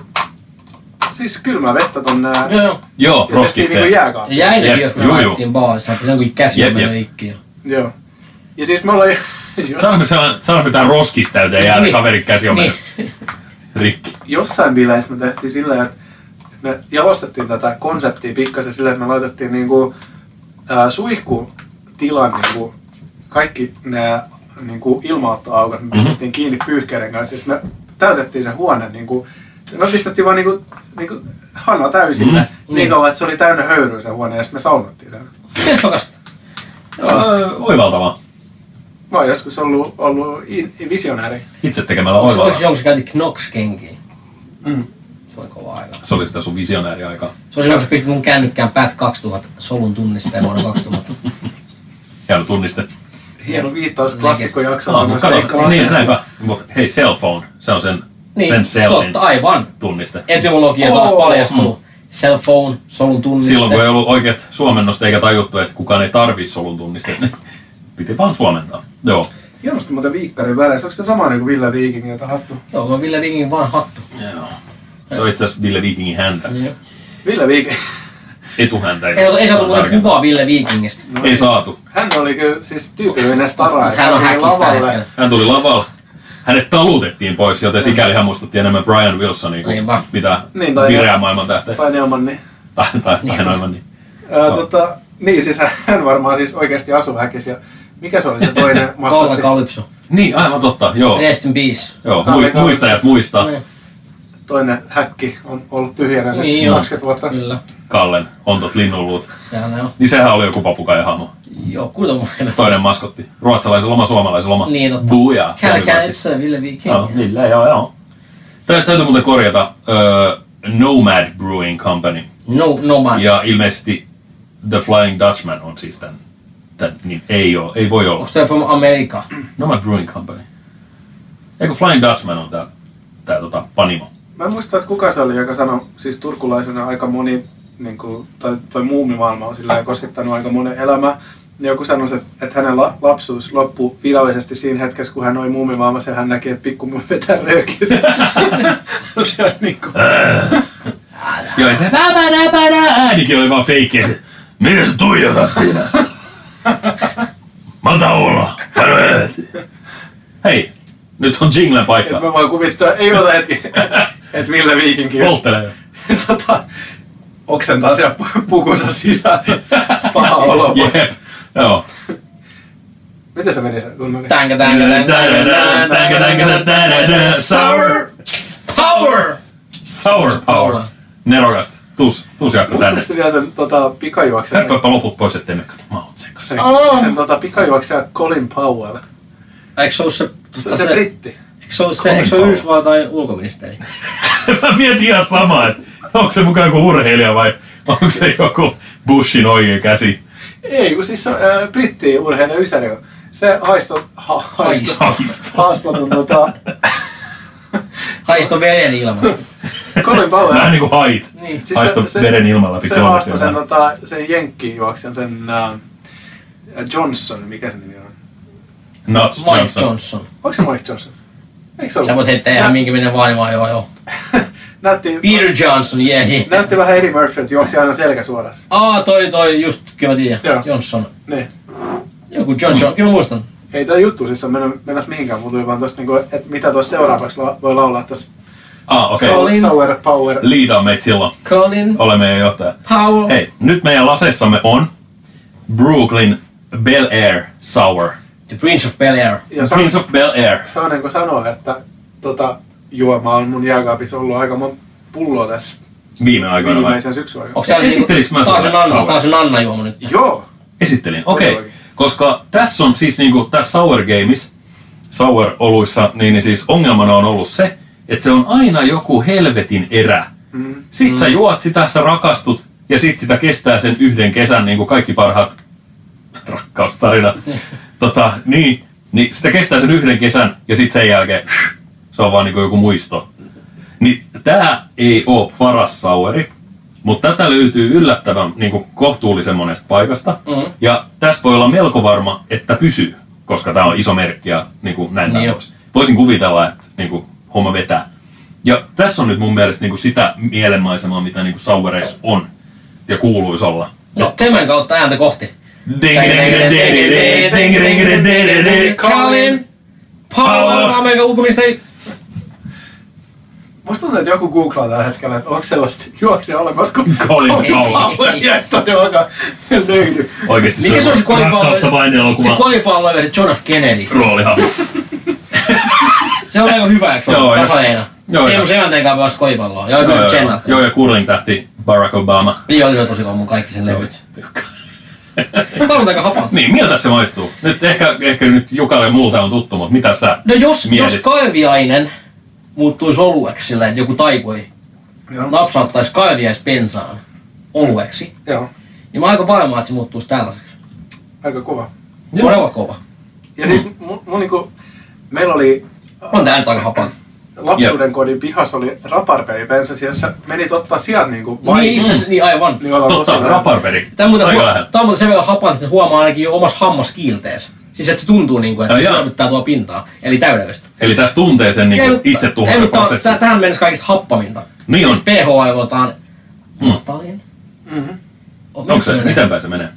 S6: siis kylmää vettä tonne.
S3: Joo, joo.
S2: Joo,
S6: ja tehtiin
S2: roskitse.
S6: niinku jääkaappi.
S3: Ja äitikin
S2: Jep,
S3: joskus
S2: juu, juu.
S3: laitettiin baarissa, että se on kuin käsi
S2: Jep,
S3: on mennyt
S2: jep.
S3: ikkiin.
S6: Joo. Ja siis me ollaan... Jos,
S2: Saadaanko, sellainen- saadaanko tämä roskis täyteen jäädä niin.
S3: Niin.
S2: kaverin käsi on
S3: Niin.
S2: niin. rikki.
S6: jossain bileissä me tehtiin silleen, että me jalostettiin tätä konseptia pikkasen silleen, että me laitettiin niinku, ää, suihkutilan niinku, kaikki nämä niinku, ilmaottoaukat, me pistettiin kiinni pyyhkeiden kanssa. Ja sit me täytettiin se huone, niinku, me pistettiin vaan niinku, niinku, hana täysille
S3: Mhm.
S6: niin kauan, että se oli täynnä höyryä se huone ja sitten me saunattiin sen.
S3: Tehokasta.
S2: Öö, Oivaltavaa.
S6: Mä oon joskus ollut, ollut in, visionääri.
S2: Itse tekemällä
S3: Onko siis se-
S2: oivaltavaa.
S3: onko se käytti Knox-kenkiä?
S6: Mm.
S3: Se oli kova aika.
S2: Se oli sitä sun visionääriaikaa.
S3: Se oli silloin, kun sä pistit mun kännykkään Pat 2000 solun tunnistaja vuonna 2000.
S2: Hieno tunniste.
S6: Hieno viittaus
S3: Niin.
S6: klassikkojaksoon.
S2: Ah, mut kato, niin, näinpä. Mut hei, cell phone. Se on sen, sen sellin
S3: Niin, totta, aivan.
S2: tunniste.
S3: Etymologia taas
S6: Oo,
S3: paljastuu. Cell phone, solun tunniste.
S2: Silloin kun ei ollut oikeat suomennosta eikä tajuttu, että kukaan ei tarvii solun tunnistet, niin piti vaan suomentaa. Joo.
S6: Hienosti muuten viikkarin väleissä. Onko tämä sama niin kuin Ville Viikin, jota hattu?
S3: Joo, tuo Ville Vingin vaan hattu.
S2: Se on itse asiassa Ville Vikingin häntä.
S3: Niin.
S6: Ville Viikin.
S2: Etuhäntä.
S3: Ei, saatu- ei saatu muuten
S2: tarkemmin.
S3: kuvaa Ville Vikingistä.
S2: Ei saatu.
S6: Hän oli kyllä siis tyypillinen stara.
S3: Mut hän on
S6: tuli
S3: häkissä tällä
S6: lavalle.
S3: hetkellä.
S2: Hän tuli lavalle. Hänet talutettiin pois, joten sikäli hän muistutti enemmän Brian Wilsonia kuin
S3: Niin vaan.
S2: mitä
S6: Niin, tai-
S2: vireä maailman tähteä.
S6: Tai Neumann, niin.
S2: Tai, tai, tai aivan niin.
S6: Ää, tota, niin, siis hän varmaan siis oikeasti asuu häkissä. Ja mikä se oli se toinen
S3: Kalle
S6: maskotti?
S3: Kalypso.
S2: Niin, aivan totta. Joo.
S3: Rest in peace.
S2: Joo,
S6: Kalle
S2: mui-
S6: Kalle.
S2: muistajat muistaa
S3: Niin.
S6: Toinen häkki on ollut tyhjänä
S3: Niin
S6: nyt
S3: joo.
S6: 20 vuotta.
S3: Kyllä.
S2: Kallen ontot linnunluut.
S3: Sehän ne on.
S2: Niin sehän oli joku papukaijahahmo.
S3: Joo, kuitenkin.
S2: Toinen maskotti. Ruotsalaisen loma, suomalaisen loma.
S3: Niin totta.
S2: Buja.
S3: Kalle Kalypso ja Ville Viking.
S2: Joo, niin. niillä joo, joo. Tä, täytyy muuten korjata. Öö, Nomad Brewing Company.
S3: No, no man.
S2: Ja ilmeisesti The Flying Dutchman on siis tämän, tämän niin ei oo, ei voi olla.
S3: Onko toi from America?
S2: Nomad No, Brewing Company. Eikö Flying Dutchman on tää, tää tota, panimo?
S6: Mä en muista, että kuka se oli, joka sanoi, siis turkulaisena aika moni, niin kuin, tai toi muumimaailma on sillä lailla koskettanut aika monen elämää. Niin Joku sanoi, että, että hänen la- lapsuus loppui virallisesti siinä hetkessä, kun hän oli muumimaailmassa ja hän näki, että pikku muumi vetää röökiä. se on niin kuin,
S2: Joo, ja se päpäräpärä äänikin oli vaan feikki. että Mitä sä tuijotat siinä? Mä otan olla. Hei, nyt on jinglen
S6: että
S2: paikka. Oh.
S6: mä voin kuvittaa, ei ota hetki, että Ville Viikinkin, jos
S2: Polttele.
S6: tota, oksentaa siellä pu- pukunsa sisään. Paha olo.
S2: Jep. Joo.
S6: Miten se meni se tunneli?
S5: Tänkä, tänkä, tänkä, tänkä, tänkä, tänkä, tänkä, tänkä, Sour power!
S2: Sour power. Nerokasta. Tuus, tuus Jaakko tänne.
S6: Muistatko vielä sen tota, pikajuoksen?
S2: Härpäppä loput pois, ettei me mä oon sen kanssa.
S6: Sen, sen tota, pikajuoksia Colin Powell.
S3: Eikö se ollut se...
S6: Se on se britti.
S3: Eikö se ollut se, eikö se
S2: Colin
S3: ollut Yhdysvaltain ulkoministeri?
S2: Mä mietin ihan samaa, että onko se mukaan joku urheilija vai onko se joku Bushin oikea käsi.
S6: Ei, kun siis se äh, britti urheilija Ysäri on. Se haisto, ha, haisto,
S2: Haisto.
S6: haastatun tota,
S3: Haisto veren ilmasta.
S6: Colin Powell.
S2: Vähän niinku hait.
S6: Niin,
S2: Siis Haisto veren ilman läpi
S6: Se
S2: kolme
S6: haastoi sen,
S2: kertaa.
S6: tota, sen jenkkijuoksijan, sen äh, Johnson, mikä sen nimi on?
S2: Nuts
S3: Mike
S2: Johnson.
S3: Johnson.
S6: Onko se Mike Johnson? Eikö se ollut?
S3: Sä voit heittää ihan minkä minne vaan, niin vaan joo joo.
S6: Näytti,
S3: Peter Johnson, yeah, yeah.
S6: näytti vähän Eddie Murphyltä, juoksi aina selkä suorassa.
S3: Aa, toi toi, just, kyllä mä tiedän.
S6: Joo.
S3: Johnson.
S6: Niin.
S3: Joku Johnson, kyllä mä muistan.
S6: Ei tämä juttu siis on mennyt, mennä mihinkään muuta, vaan tosta niinku, että mitä tuossa seuraavaksi la- voi laulaa tässä
S2: Ah, okei. Okay.
S6: okay.
S3: Colin.
S6: Sour Power.
S2: Liidaa meitä silloin.
S3: Colin
S2: Ole meidän johtaja.
S3: Powell.
S2: Hei, nyt meidän lasessamme on Brooklyn Bel Air Sour.
S3: The Prince of Bel-Air.
S6: Ja sa-
S2: Prince of Bel Air.
S6: Saanen kun sanoa, että tota, juoma on mun jääkaapissa ollut aika monta pulloa tässä
S2: Viime aikoina vai?
S6: viimeisen syksyn aikana.
S3: Onks tää
S2: Esitteliks mä
S3: taas on
S2: sulle
S3: Anna,
S2: Sauer?
S3: taas on Anna juoma nyt.
S6: Joo,
S2: Esittelin, okei. Okay.
S6: Todellakin.
S2: Koska tässä on siis niinku, tässä Sour Games, Sour oluissa, niin niin siis ongelmana on ollut se, että se on aina joku helvetin erä. Mm. Sit sä juot sitä, sä rakastut, ja sit sitä kestää sen yhden kesän, niin kuin kaikki parhaat rakkaustarina. tota, niin, niin sitä kestää sen yhden kesän, ja sit sen jälkeen se on vaan niinku joku muisto. Niin tää ei oo paras saueri, mutta tätä löytyy yllättävän niin kuin kohtuullisen monesta paikasta.
S3: Mm-hmm.
S2: Mm. Ja tästä voi olla melko varma, että pysyy, koska tämä on iso merkki ja niin kuin näin
S3: Niin
S2: niin
S3: jo.
S2: pois. Voisin kuvitella, että niin kuin, homma vetää. Ja tässä on nyt mun mielestä niin kuin sitä mielenmaisemaa, mitä niin kuin sauereissa on ja kuuluisi olla.
S3: No, tämän kautta ääntä kohti.
S2: Colin
S3: Colin Powell,
S2: Powell.
S3: Amerikan ulkoministeri.
S6: Musta tuntuu, että joku googlaa tällä hetkellä, että onko sellaista juoksia olemassa kuin
S2: Powell.
S6: Kaulia, että ne alkaa löydy.
S2: Oikeasti
S3: Mikä se on se
S2: rakkautta vain
S3: koripallo? Se
S2: elokuva
S3: koripallo ja se John F. Kennedy.
S2: roolihan.
S3: Se on aika hyvä, eikö se
S2: Joo,
S3: ole
S2: ja-
S3: tasaajana?
S2: joo, ja-
S3: Teemu Semänteen kanssa vasta koripalloa. Joo,
S2: Joo,
S3: myös
S2: joo,
S3: Jennat.
S2: Joo, ja curling tähti Barack Obama.
S3: Niin joo, joo, tosi vaan mun kaikki sen levyt. Tämä on aika hapanta.
S2: Niin, miltä se maistuu? Nyt ehkä, ehkä nyt Jukalle multa on tuttu, mutta mitä sä
S3: No jos,
S2: mietit?
S3: jos kaiviainen muuttuisi olueksi sillä, että joku taipoi,
S6: Joo.
S3: No. napsauttaisi kaiviaispensaan olueksi,
S6: Joo,
S3: niin mä oon aika varma, että se muuttuisi tällaiseksi.
S6: aika kova.
S2: Joo.
S3: Todella kova.
S6: Ja siis mun, mun niinku, meillä oli
S3: On tää nyt aika hapanta.
S6: lapsuuden kodin pihassa oli raparperipensas, jossa menit ottaa sieltä niinku vai
S3: Niin, itse
S2: mm.
S3: asiassa, niin aivan.
S6: Niin ollaan
S2: Totta,
S6: tosi-
S2: raparperi.
S3: Tämä on muuten,
S2: Aika
S3: huo,
S2: lähellä.
S3: tää on muuten sen verran hapanta, että huomaa ainakin jo omassa hammaskiilteessä. Siis että se tuntuu niinku, että
S2: Ai
S3: se
S2: jaa.
S3: lämmittää tuo pintaa. Eli täydellistä.
S2: Eli tässä tuntee sen
S3: Ei,
S2: niin
S3: mutta-
S2: itse
S3: ei,
S2: tuhoisen
S3: mutta
S2: prosessi.
S3: tää- Tähän mennessä kaikista happaminta.
S2: Niin on.
S3: Siis pH-aivotaan matalin.
S6: Mhm.
S2: Onko se, miten päin se menee?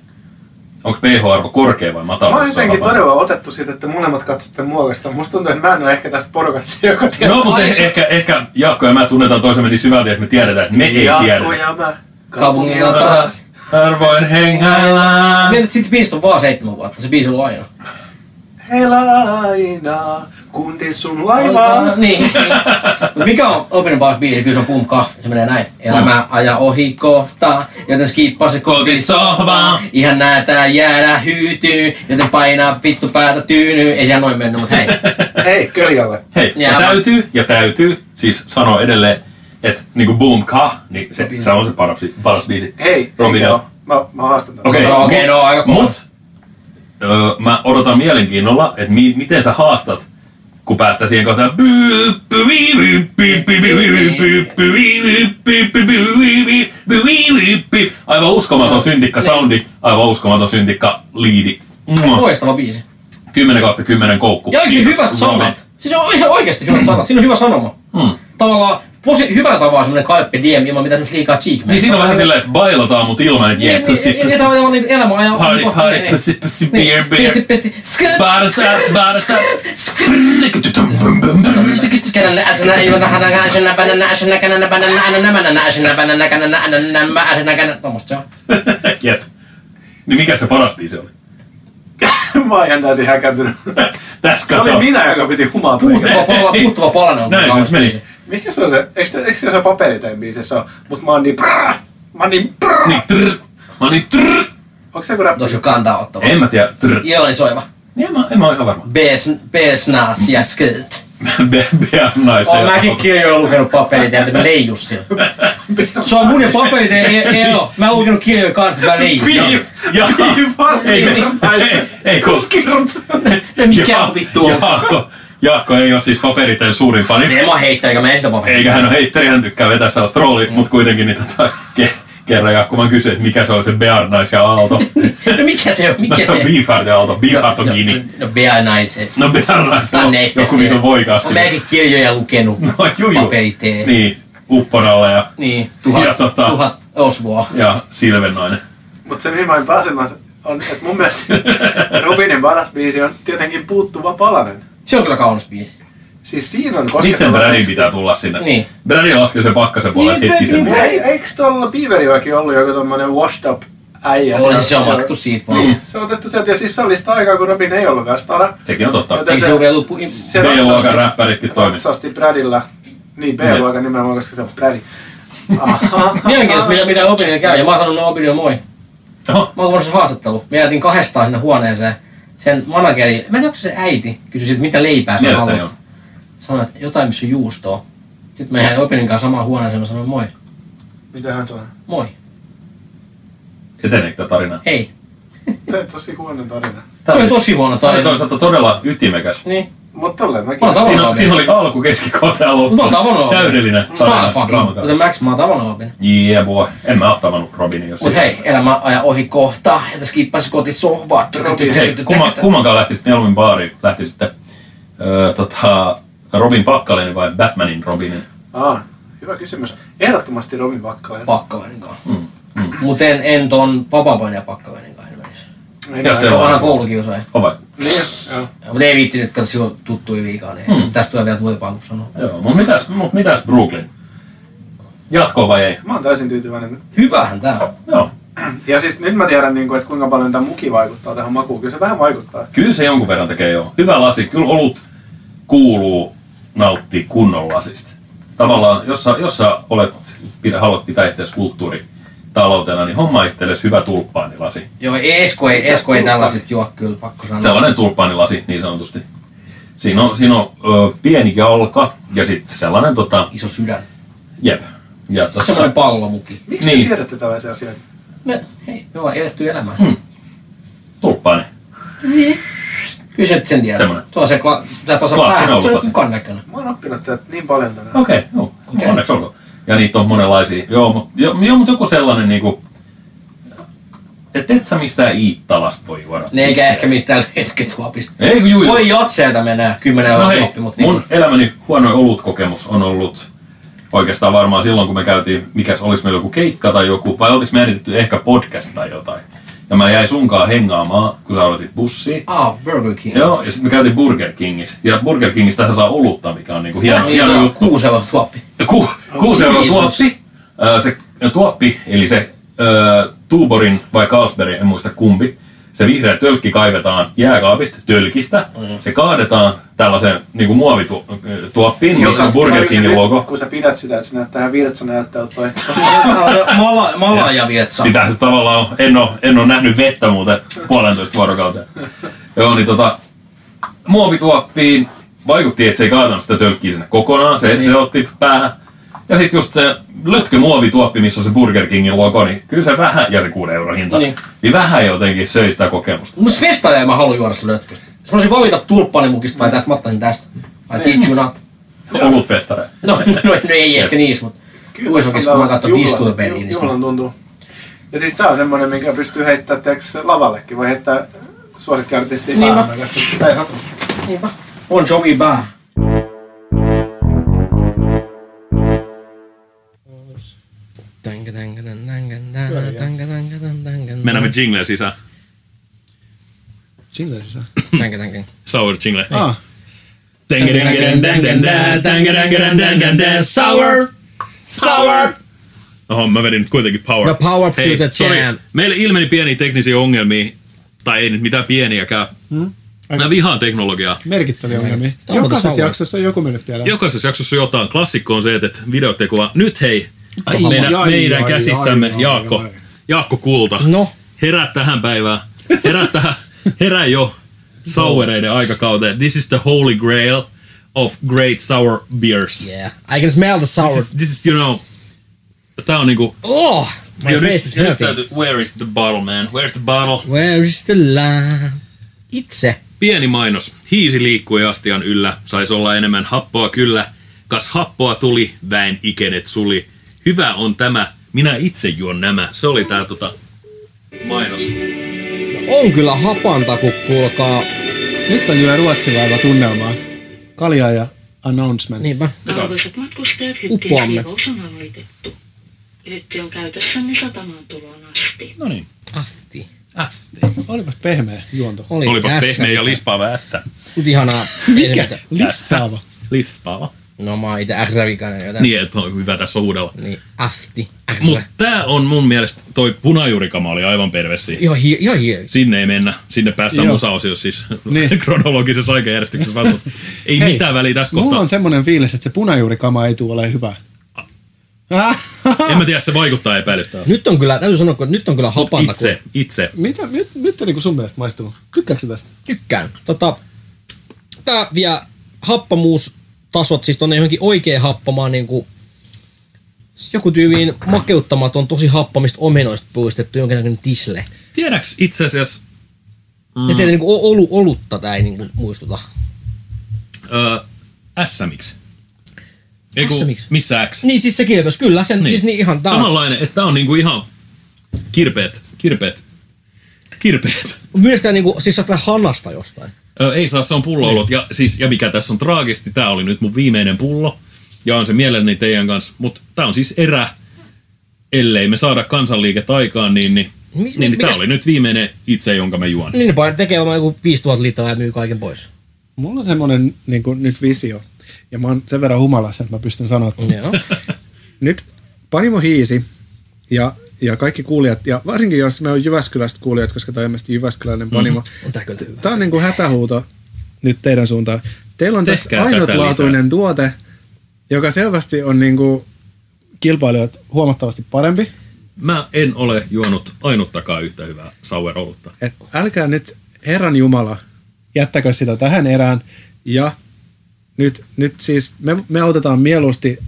S2: Onko pH-arvo korkea vai matala?
S6: Mä oon
S2: jos se on
S6: jotenkin
S2: rapari?
S6: todella otettu siitä, että molemmat katsotte mua, koska musta tuntuu, että mä en ole ehkä tästä porukasta, joka tietää.
S2: No, mutta eh- ehkä, ehkä Jaakko ja mä tunnetaan toisemme niin syvälti, että me tiedetään, että me ei
S6: Jaakko
S2: tiedetä.
S6: ja mä.
S3: Kaupungilla taas.
S2: Harvoin hengaillaan.
S3: Mietit, siitä biisistä on vaan seitsemän vuotta. Se biisi on ollut aina.
S6: Helaina, kundi sun laivaa.
S3: Niin. Mut Mikä on Open Bars biisi? Kyllä se on Pump Kahvi. Se menee näin. Elämä aja ohi kohta, joten skippaa se
S2: Kotisohvaa.
S3: Ihan näätää jäädä hyytyy, joten painaa vittu päätä tyynyy. Ei se ihan noin mennyt, mutta hei.
S6: Hei, köljälle.
S2: Hei, ja
S3: Jaa.
S2: täytyy, ja täytyy, siis sanoo edelleen, että niinku boom ka, niin se, se on se paras, paras biisi.
S6: Hei,
S2: Romina.
S6: Mikko, Mä, mä haastan tämän.
S2: Okei,
S3: Se on- okei,
S2: mut-
S3: no, aika kova.
S2: mut, öö, mä odotan mielenkiinnolla, että mi, miten sä haastat, kun päästään siihen kohtaan. Aivan uskomaton syntikka soundi, aivan uskomaton syntikka liidi.
S3: Loistava biisi.
S2: 10 kautta 10 koukku.
S3: Ja oikein
S2: Kiitos,
S3: hyvät
S2: Romi.
S3: sanat. Siis on ihan oikeasti hyvät sanat. Siinä on hyvä sanoma.
S2: Mm.
S3: Tavallaan posi, hyvällä tavalla semmoinen Carpe Diem ilman mitään semmoista liikaa cheek
S2: Niin siinä on vähän silleen, että bailataan mut ilman, että jee,
S3: Niin, niin,
S2: pussy,
S3: niin,
S2: pussy,
S3: niin, tavallaan niin elämä niin, ajaa.
S2: party, party, pussy, pussy, beer, beer.
S3: Pisti, pisti, skrrt, niin,
S2: Barista, barista.
S3: Kenelle äsnä ei ole hänen äsnä, pänen äsnä, kenen pänen äänä, nämän äsnä, pänen äkänä, äänä, nämä äsnä, kenen... Tuommoista se on.
S2: Jep. Niin mikä se paras biisi oli?
S6: Mä oon ihan täysin häkääntynyt.
S2: Tässä
S6: Se oli
S2: kato.
S6: minä, joka piti humalta. eikä-
S3: Puuttuva pala- Puuttuva palanen on
S2: Näin se nyt
S3: kaunis
S2: meni.
S3: biisi.
S6: Mikä se on se? Eikö, te- eikö se ole paperitain biisissä ole? Mut mä oon niin brrrr. Mä oon niin brrrr.
S2: Niin trrr. Mä niin trrr.
S6: Onks se joku räppi?
S3: Tuossa on kantaa ottava.
S2: En mä tiedä. Trrr.
S3: Iloni soiva.
S2: Niin en mä, en mä oo ihan varma.
S3: Bes, bes nas ja skrrt.
S2: Be, be on naisen.
S3: Oon mäkin kirjoja lukenut paperit ja mä leijus sillä. Se on mun ja paperit ei ei ole. Mä oon lukenut kirjoja kanssa, mä leijus.
S2: Ja,
S6: Viivartti.
S2: ei, ei, ei, ei,
S3: No.
S2: kun,
S3: Mikä
S2: Jaa-
S3: vittu on?
S2: Jaakko, Jaakko ei ole siis paperiteen suurin fani.
S3: En mä heittää, eikä mä esitä paperit.
S2: Eikä hän ole heitteri, hän tykkää vetää sellaista rooli,
S3: Mm.
S2: mutta kuitenkin niin tota, ke, kerran Jaakko vaan kysyi, että mikä se oli se Bearnais ja Aalto.
S3: No mikä se on?
S2: No
S3: Mikä
S2: se on
S3: se on?
S2: Beefheart ja Aalto, Beefheart on kiinni.
S3: No, no Bea naisen.
S2: No Bearnais
S3: Mä
S2: on
S3: neistä
S2: joku
S3: siellä.
S2: vitun voikasti.
S3: Mäkin kirjoja lukenut.
S2: No juju.
S3: Paperitee.
S2: Niin, Upponalle ja,
S3: Niin, tuhat,
S2: Ja tota-
S3: tuhat Osvoa.
S2: ja Silvennainen.
S6: Mut se mihin mä olin pääsemässä on, että mun mielestä Rubinin paras biisi on tietenkin puuttuva palanen.
S3: Se on kyllä kaunis biisi.
S6: Siis siinä on
S2: Miksi sen
S6: Kosketeleva-
S2: Bradin pitää tulla sinne?
S3: Niin.
S2: Brady laskee sen pakkasen puolelle
S3: Niin,
S2: hetkisen.
S3: niin,
S6: Ei, eikö tuolla Piiverijoellakin ollut joku tommonen washed up äijä?
S3: Oli se,
S6: siellä?
S3: se on otettu siitä vaan.
S6: Niin, se on otettu sieltä ja siis se oli sitä aikaa, kun Robin ei ollut vielä stara.
S2: Sekin on totta.
S6: Joten
S3: Eikö se ole vielä lupu?
S6: se ratsasti-
S2: B-luokan räppäritkin toimii.
S6: ratsasti Bradilla. Niin, B-luokan nimenomaan, koska se on Brad. Aha.
S3: Mielenkiintoista, mitä, mitä Opinilla käy. Ja mä oon sanonut Opinilla moi.
S2: Oho,
S3: Mä oon kuunnellut sen haastattelu. Me jäätiin kahdestaan sinne huoneeseen. Sen manageri, mä en tiedä, onko se äiti, kysyi siltä, mitä leipää sä
S2: mielestäni on.
S3: haluat. Sanoin, että jotain, missä on juustoa. Sitten mä jäin Opinin kanssa samaan huoneeseen, mä sanoin moi.
S6: Mitähän se on?
S3: Moi.
S2: Eteneekö tämä tarina?
S3: Hei.
S6: Tämä on tosi huono tarina.
S3: Se oli tosi huono
S2: Tämä oli
S3: tarina.
S2: toisaalta todella ytimekäs.
S3: Niin.
S6: Mutta tolleen mäkin.
S3: Mä oon
S2: Siinä,
S3: tavannut
S2: on- siinä
S3: Opinin.
S2: oli alku, keskikohta ja
S3: Mä oon
S2: loppu.
S3: tavannut Opinin.
S2: Täydellinen
S3: Starfucking.
S2: draamakausi.
S3: Kuten Max, mä oon tavannut Opinin.
S2: Yeah boy. En mä oo tavannut Robinia. jos
S3: Mut
S2: ei-
S3: hei, elämä aja ohi kohta, ja tässä kiippasi koti sohvaa.
S2: Hei, kumma, kummankaan lähtisit mieluummin baariin? Lähtisit öö, tota, Robin Pakkaleinen vai Batmanin Robinin?
S6: Aa, hyvä kysymys. Ehdottomasti Robin Vakkainen.
S3: Pakkavainen kanssa.
S2: Mm, mm.
S3: Mut en, en ton vapaapainen ja pakkavainen kanssa menisi.
S2: Ja se
S3: Se on
S2: on.
S3: aina koulukiusaaja.
S2: Ovat.
S6: Niin, joo.
S3: Mut ei viitti nyt, katso silloin tuttuja viikaa, niin
S2: Hmm.
S3: tästä tulee vielä tuotipalvelu sanoa.
S2: Joo, mutta mitäs, mut mitäs Brooklyn? Jatkoa vai ei?
S6: Mä oon täysin tyytyväinen.
S3: Hyvähän tää on.
S2: Joo.
S6: Ja siis nyt mä tiedän, niin kuin, että kuinka paljon tämä muki vaikuttaa tähän makuun. Kyllä se vähän vaikuttaa.
S2: Kyllä se jonkun verran tekee joo. Hyvä lasi. Kyllä olut kuuluu nauttia kunnon lasista. Tavallaan, jos sä, jos sä olet, pidä, haluat pitää itseäsi kulttuuritaloutena, niin homma itsellesi hyvä tulppaanilasi.
S3: Joo, ei Esko ei,
S6: Mitä
S3: Esko ei
S6: tulppa?
S3: tällaisista juo kyllä, pakko sanoa.
S2: Sellainen tulppaanilasi niin sanotusti. Siinä on, siinä on ö, pieni jalka ja sitten sellainen tota,
S3: Iso sydän.
S2: jep. Ja, tota,
S3: Sellainen pallomuki.
S6: Miksi
S2: Niin.
S6: te tiedätte tällaisia asioita?
S3: No, hei, me ollaan eletty elämää.
S2: Hmm. tulppaani.
S3: Kyllä sä nyt sen tiedät.
S2: Semmonen.
S3: Tuo on se, kla- sä et osaa
S2: Klassi
S3: päähän, se on
S2: nolluklassi.
S3: kukaan näköinen.
S6: Mä oon oppinut tätä niin paljon tänään.
S2: Okei, okay, joo.
S3: Okei.
S2: Okay. Onneksi olkoon. Ja niitä on monenlaisia. Joo, mutta jo, joo, mut joku sellainen niinku... Että et sä mistään Iittalasta voi juoda.
S3: Ne eikä
S2: missään.
S3: ehkä mistään letkituopista.
S2: Ei kun juu.
S3: Voi jatseelta menee 10
S2: no
S3: euroa
S2: hei,
S3: koppi, mutta
S2: mun elämäni huono olutkokemus on ollut oikeastaan varmaan silloin, kun me käytiin, mikäs olisi meillä joku keikka tai joku, vai oltiinko me äänitetty ehkä podcast tai jotain. Ja mä jäin sunkaan hengaamaan, kun sä odotit bussia.
S3: Ah, Burger King.
S2: Joo, ja sitten me käytiin Burger Kingissä. Ja Burger Kingissä saa olutta, mikä on niinku hieno,
S3: niin,
S2: hieno
S3: se on
S2: juttu.
S3: kuusi euroa tuoppi.
S2: Ku, kuusi euroa
S3: Jesus.
S2: tuoppi. Ö, Se tuoppi, eli se ö, Tuuborin vai Carlsbergin, en muista kumpi. Se vihreä tölkki kaivetaan jääkaapista, tölkistä. Se kaadetaan tällaiseen niin kuin muovituoppiin, missä on Burger Kingin logo.
S6: Kun sä pidät sitä, että se näyttää virtsa näyttää toista.
S3: Mala, mala ja vietsa.
S2: Sitähän se tavallaan on. En ole, en ole nähnyt vettä muuten puolentoista vuorokauteen. Joo, niin tota, muovituoppiin vaikutti, että se ei kaatanut sitä tölkkiä sinne kokonaan. Se, se otti päähän. Ja sitten just se lötkö muovituoppi, missä on se Burger Kingin logo, niin kyllä se vähän, ja se 6 euron hinta,
S3: Niin.
S2: niin, niin vähän jotenkin söi sitä kokemusta.
S3: Mun festaja ei mä halua juoda sitä lötköstä. Jos mä olisin valita tulppanimukista vai tästä, mä ottaisin tästä. Vai niin. not.
S2: Olut festare.
S3: No, no, no ei ehkä niissä, mutta Uisokissa kun mä katson diskopeliin, niin
S6: Juhlan
S3: se-
S6: tuntuu. Ja siis tää on semmonen, minkä pystyy heittämään tiiäks, lavallekin. Voi heittää suosikkiartistiin
S3: Niin
S6: päähän. koska sitä ei satu.
S3: on Jovi Bää.
S2: mennään me jingleen sisään.
S1: Sille sisään.
S3: Tänkä, tänkä.
S2: Sour jingle.
S1: Ah,
S2: Sour! Sour! Oho, mä vedin nyt kuitenkin power.
S3: No power to
S2: Hei,
S3: the
S2: sorry.
S3: jam.
S2: Meillä ilmeni pieniä teknisiä ongelmia, tai ei nyt mitään pieniäkään.
S1: Hmm?
S2: Mä vihaan teknologiaa.
S1: merkittäviä ongelmia.
S3: on muuten
S1: Jokaisessa
S3: sauva.
S1: jaksossa on joku mennyt vielä.
S2: Jokaisessa jaksossa on jotain. Klassikko on se, että videotekoa. Nyt hei, meidän,
S1: ai,
S2: meidän
S1: ai,
S2: käsissämme
S1: ai, ai,
S2: Jaakko.
S1: ai.
S2: Jaakko Kulta.
S3: No.
S2: Herää tähän päivään. Herää, tähän, herää jo sauereiden aikakauteen. This is the holy grail of great sour beers.
S3: Yeah. I can smell the sour.
S2: This, this is, you know, tää on niinku...
S3: Oh! My
S2: jo nyt-
S3: face is
S2: jo nyt
S3: melting.
S2: täytyy- Where is the bottle, man? Where's the bottle?
S3: Where is the lamp? Itse.
S2: Pieni mainos. Hiisi liikkui astian yllä. Saisi olla enemmän happoa kyllä. Kas happoa tuli, väen ikenet suli. Hyvä on tämä. Minä itse juon nämä. Se oli tää tota mainos.
S3: On kyllä hapanta, kun kuulkaa.
S1: Nyt on kyllä ruotsilaiva tunnelmaa. Kaljaa ja announcement.
S3: Niinpä.
S7: Arvoisat matkustajat, hytti
S3: Uppoamme.
S7: tarjous on aloitettu. Hytti on käytössänne satamaan tuloon asti.
S2: No niin.
S3: Ahti.
S2: Äh,
S1: Olipas pehmeä juonto.
S3: Oli
S2: olipas
S3: tässä.
S2: pehmeä ja lispaava ässä.
S3: Mut ihanaa.
S1: Mikä?
S3: Ei se mitään.
S1: Lissaava.
S2: Lispaava.
S3: No mä oon ite ährävikainen, joten...
S2: Niin, että on hyvä tässä uudella.
S3: Niin, ahti. Ährä.
S2: Mutta tää on mun mielestä, toi punajurikama oli aivan perversi.
S3: Ihan hi- ihan hie-
S2: Sinne ei mennä. Sinne päästään
S1: Joo.
S2: musaosiossa siis
S1: Niin.
S2: kronologisessa aikajärjestyksessä. vaan ei
S1: Hei,
S2: mitään väliä tässä
S1: Niin. Mulla
S2: kohtaa.
S1: on semmonen fiilis, että se punajuurikama ei tule ole hyvä. Ah,
S2: En mä tiedä, se vaikuttaa epäilyttävältä.
S3: Nyt on kyllä, täytyy sanoa, että nyt on kyllä hapanta, kun
S2: Itse, itse.
S1: Mitä, mit, mitä niinku sun mielestä maistuu? Tykkääkö sä tästä?
S3: tykkään. Tota, tää vie happamuustasot, siis tonne johonkin oikein happamaan niinku joku tyyliin makeuttamaton, tosi happamista omenoista puistettu jonkinnäköinen tisle.
S2: Tiedäks itse asiassa,
S3: Mm. Ja teitä niinku o- olu, olutta tää ei niinku muistuta.
S2: öö, SMX? Eiku,
S3: SMX?
S2: missä X?
S3: Niin siis se kilpes, kyllä, sen niin. siis niin ihan tää on.
S2: Samanlainen, että tää on niinku ihan kirpeet, kirpeet, kirpeet.
S3: Myös tää niinku, siis sä oot tää hanasta jostain.
S2: Öö, ei saa, se on pulloolot.
S3: Niin.
S2: Ja, siis, ja mikä tässä on traagisesti, tämä oli nyt mun viimeinen pullo. Ja on se mielelläni teidän kanssa. Mutta tämä on siis erä, ellei me saada kansanliikettä aikaan, niin, niin,
S3: Mi-
S2: niin, niin tämä
S3: mikäs-
S2: oli nyt viimeinen itse, jonka mä juon.
S3: Niin ne painat tekee varmaan joku 5000 litraa ja myy kaiken pois.
S1: Mulla on semmonen niinku, nyt visio. Ja mä oon sen verran humalassa, että mä pystyn sanoa. Mm.
S3: Joo.
S1: Nyt Panimo Hiisi ja, ja kaikki kuulijat, ja varsinkin jos me on Jyväskylästä kuulijat, koska tämä on ilmeisesti Jyväskyläinen Panimo. Mm.
S3: On tää kyllä hyvä.
S1: Tämä on niinku hätähuuto nyt teidän suuntaan. Teillä on tässä
S2: Tehkää tätä
S1: ainutlaatuinen tuote, joka selvästi on niinku kilpailijoita huomattavasti parempi.
S2: Mä en ole juonut ainuttakaan yhtä hyvää sauerolutta.
S1: Et älkää nyt Herran Jumala jättäkö sitä tähän erään. Ja nyt, nyt siis me, me autetaan mieluusti